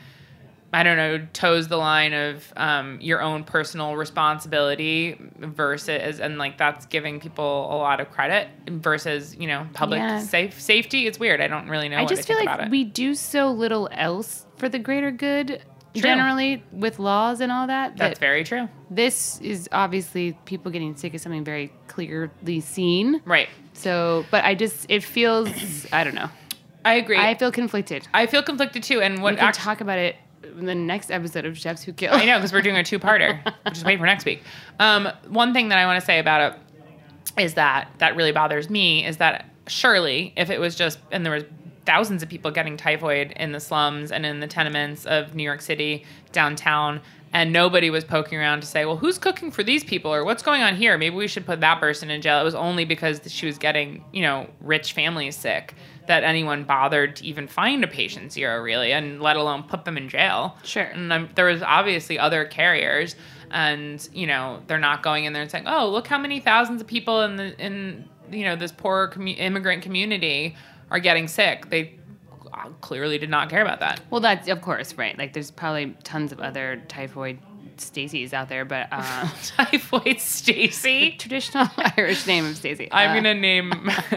[SPEAKER 6] I don't know, toes the line of um, your own personal responsibility versus, and like that's giving people a lot of credit versus, you know, public
[SPEAKER 7] Yeah.
[SPEAKER 6] safe safety. It's weird. I don't really know.
[SPEAKER 7] I
[SPEAKER 6] what
[SPEAKER 7] just
[SPEAKER 6] to
[SPEAKER 7] feel
[SPEAKER 6] think
[SPEAKER 7] like
[SPEAKER 6] about
[SPEAKER 7] we do so little else for the greater good generally with laws and all that.
[SPEAKER 6] it. That's
[SPEAKER 7] that
[SPEAKER 6] very true.
[SPEAKER 7] This is obviously people getting sick is something very clearly seen.
[SPEAKER 6] Right.
[SPEAKER 7] So, but I just, it feels, I don't know.
[SPEAKER 6] I agree.
[SPEAKER 7] I
[SPEAKER 6] I,
[SPEAKER 7] feel conflicted.
[SPEAKER 6] feel conflicted too. And what
[SPEAKER 7] we can
[SPEAKER 6] act-
[SPEAKER 7] talk about it in the next episode of Chefs Who Kill.
[SPEAKER 6] I know because we're doing a two-parter. Just wait for next week. Um, one thing that I want to say about it is that that really bothers me is that surely if it was just and there was thousands of people getting typhoid in the slums and in the tenements of New York City downtown and nobody was poking around to say well who's cooking for these people or what's going on here maybe we should put that person in jail it was only because she was getting you know rich families sick that anyone bothered to even find a patient zero really and let alone put them in jail Mm.
[SPEAKER 7] Sure.
[SPEAKER 6] and I'm, there was obviously other carriers and you know they're not going in there and saying oh look how many thousands of people in the in you know this poor commu- immigrant community are getting sick they clearly did not care about that
[SPEAKER 7] Well, that's of course right. Like, there's probably tons of other typhoid Stacy's out there, but uh,
[SPEAKER 6] typhoid stacy
[SPEAKER 7] traditional Irish name of Stacy.
[SPEAKER 6] i'm
[SPEAKER 7] Uh,
[SPEAKER 6] gonna name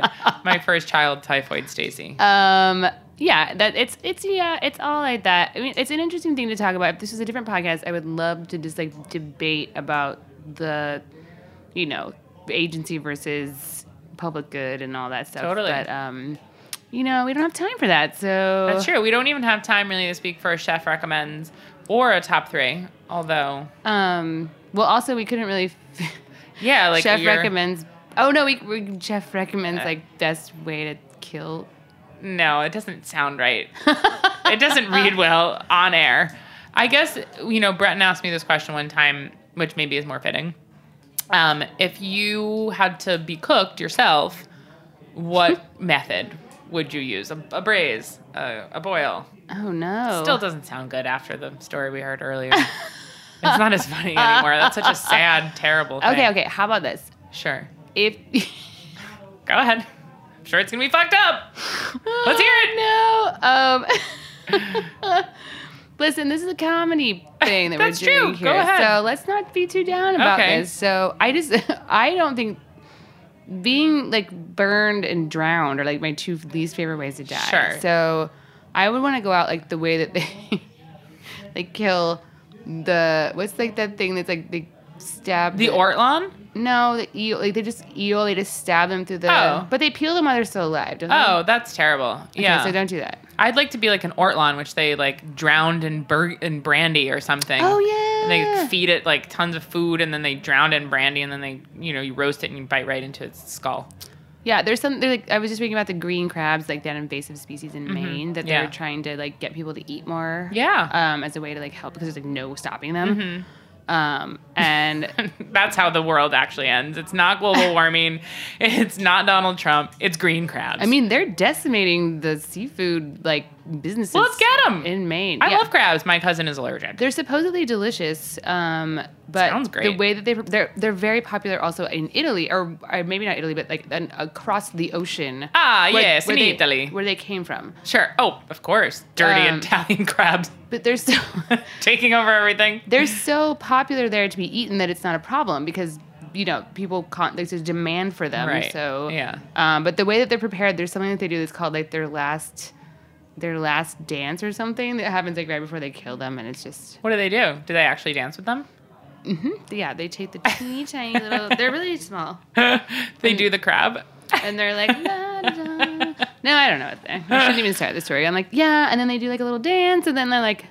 [SPEAKER 6] my first child typhoid stacy
[SPEAKER 7] Um, yeah, that it's it's yeah, it's all like that. I mean, it's an interesting thing to talk about. If this was a different podcast, I would love to just like debate about the, you know, agency versus public good and all that stuff.
[SPEAKER 6] Totally.
[SPEAKER 7] But um, you know, we don't have time for that. So
[SPEAKER 6] that's true we don't even have time really this week for a chef recommends or a top three although
[SPEAKER 7] Um, well, also we couldn't really.
[SPEAKER 6] yeah like Uh.
[SPEAKER 7] chef
[SPEAKER 6] you're-
[SPEAKER 7] recommends. Oh no, we, we chef recommends like best way to kill.
[SPEAKER 6] No, it doesn't sound right. it doesn't read well on air. I guess, you know, Breton asked me this question one time, which maybe is more fitting. Um, if you had to be cooked yourself, what method would you use? A, a braise, a, a boil.
[SPEAKER 7] Oh no.
[SPEAKER 6] Still doesn't sound good after the story we heard earlier. it's not as funny anymore. That's such a sad, terrible thing.
[SPEAKER 7] Uh. Okay, okay. How about this?
[SPEAKER 6] Sure.
[SPEAKER 7] If
[SPEAKER 6] Go ahead. I'm sure it's going to be fucked up. Let's hear it.
[SPEAKER 7] no, um, listen, this is a comedy thing that
[SPEAKER 6] That's
[SPEAKER 7] we're doing
[SPEAKER 6] true.
[SPEAKER 7] here,
[SPEAKER 6] Go ahead.
[SPEAKER 7] so let's not be too down about
[SPEAKER 6] Okay.
[SPEAKER 7] this. So I just, I don't think being like burned and drowned are like my two least favorite ways to die.
[SPEAKER 6] Sure.
[SPEAKER 7] So I would want to go out like the way that they they kill the what's like that thing that's like they stab
[SPEAKER 6] The Ortlan?
[SPEAKER 7] no the eel like they just eel they just stab them through the
[SPEAKER 6] Oh.
[SPEAKER 7] but they peel them while they're still alive. Don't
[SPEAKER 6] Oh, that's terrible.
[SPEAKER 7] they? Okay,
[SPEAKER 6] Yeah.
[SPEAKER 7] So don't do that.
[SPEAKER 6] I'd like to be like an ortlan, which they like drowned in bur- in brandy or something.
[SPEAKER 7] Oh yeah.
[SPEAKER 6] And they feed it like tons of food, and then they drown it in brandy, and then they, you know, you roast it and you bite right into its skull.
[SPEAKER 7] Yeah, there's some. They're like, I was just reading about the green crabs, like that invasive species in Maine that
[SPEAKER 6] Mm-hmm. Yeah.
[SPEAKER 7] they're trying to like get people to eat more.
[SPEAKER 6] Yeah.
[SPEAKER 7] Um, as a way to like help because there's like no stopping them.
[SPEAKER 6] Mm-hmm.
[SPEAKER 7] Um, and
[SPEAKER 6] That's how the world actually ends. It's not global warming. it's not Donald Trump. It's green crabs.
[SPEAKER 7] I mean, they're decimating the seafood like businesses.
[SPEAKER 6] Well, let's get 'em.
[SPEAKER 7] in Maine.
[SPEAKER 6] I
[SPEAKER 7] Yeah.
[SPEAKER 6] love crabs. My cousin is allergic.
[SPEAKER 7] They're supposedly delicious, um, but
[SPEAKER 6] Sounds
[SPEAKER 7] the
[SPEAKER 6] great.
[SPEAKER 7] way that they pre- they're they're very popular also in Italy or, or maybe not Italy, but like an, across the ocean.
[SPEAKER 6] Ah, yes, in
[SPEAKER 7] they-
[SPEAKER 6] Italy.
[SPEAKER 7] where they came from.
[SPEAKER 6] sure. Oh, of course. Dirty
[SPEAKER 7] Um,
[SPEAKER 6] Italian crabs
[SPEAKER 7] But they're so
[SPEAKER 6] taking over everything.
[SPEAKER 7] they're so popular there to be eaten that it's not a problem because you know people con- there's a demand for them.
[SPEAKER 6] Right.
[SPEAKER 7] So
[SPEAKER 6] Yeah.
[SPEAKER 7] Um, but the way that they're prepared, there's something that they do that's called like their last their last dance or something that happens like right before they kill them, and it's just
[SPEAKER 6] What do they do? Do they actually dance with them?
[SPEAKER 7] yeah, they take the teeny tiny little. They're really small,
[SPEAKER 6] They do the crab.
[SPEAKER 7] and they're like. "La, da." No, I don't know what they. I shouldn't even start the story. I'm like, yeah, and then they do like a little dance, and then they like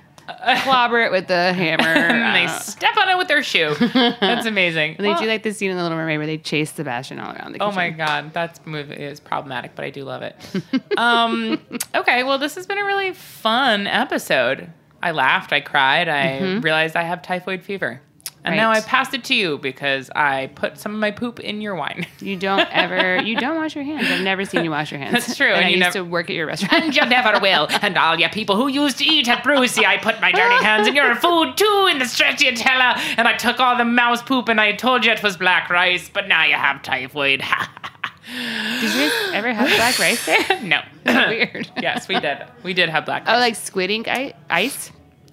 [SPEAKER 7] clobber it with the hammer.
[SPEAKER 6] And
[SPEAKER 7] I
[SPEAKER 6] they
[SPEAKER 7] don't know.
[SPEAKER 6] step on it with their shoe. That's amazing.
[SPEAKER 7] And they
[SPEAKER 6] Well,
[SPEAKER 7] do like the scene in The Little Mermaid where they chase Sebastian all around the kitchen.
[SPEAKER 6] Oh my god, that movie is problematic, but I do love it. um, okay, well, this has been a really fun episode. I laughed, I cried, I realized I have typhoid fever, and now
[SPEAKER 7] Mm-hmm. Right.
[SPEAKER 6] I passed it to you because I put some of my poop in your wine.
[SPEAKER 7] You don't ever, you don't wash your hands. I've never seen you wash your hands.
[SPEAKER 6] That's true,
[SPEAKER 7] And,
[SPEAKER 6] and
[SPEAKER 7] I
[SPEAKER 6] you nev-
[SPEAKER 7] used to work at your
[SPEAKER 6] and
[SPEAKER 7] restaurant.
[SPEAKER 6] you never will. And all you people who used to eat at Brucey, I put my dirty hands in your food too in the stracciatella, and I took all the mouse poop, and I told you it was black rice, but now you have typhoid.
[SPEAKER 7] Did you guys ever have black rice there?
[SPEAKER 6] no.
[SPEAKER 7] Weird.
[SPEAKER 6] yes, we did. We did have black rice.
[SPEAKER 7] Oh, like squid ink i- ice?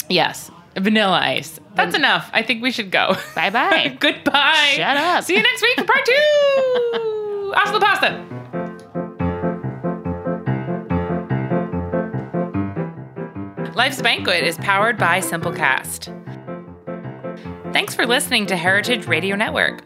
[SPEAKER 6] Yes. Vanilla ice. That's enough. I think we should go.
[SPEAKER 7] Bye bye.
[SPEAKER 6] Goodbye.
[SPEAKER 7] Shut up.
[SPEAKER 6] See you next week for part two. Hasta la pasta. Life's Banquet is powered by Simplecast. Thanks for listening to Heritage Radio Network,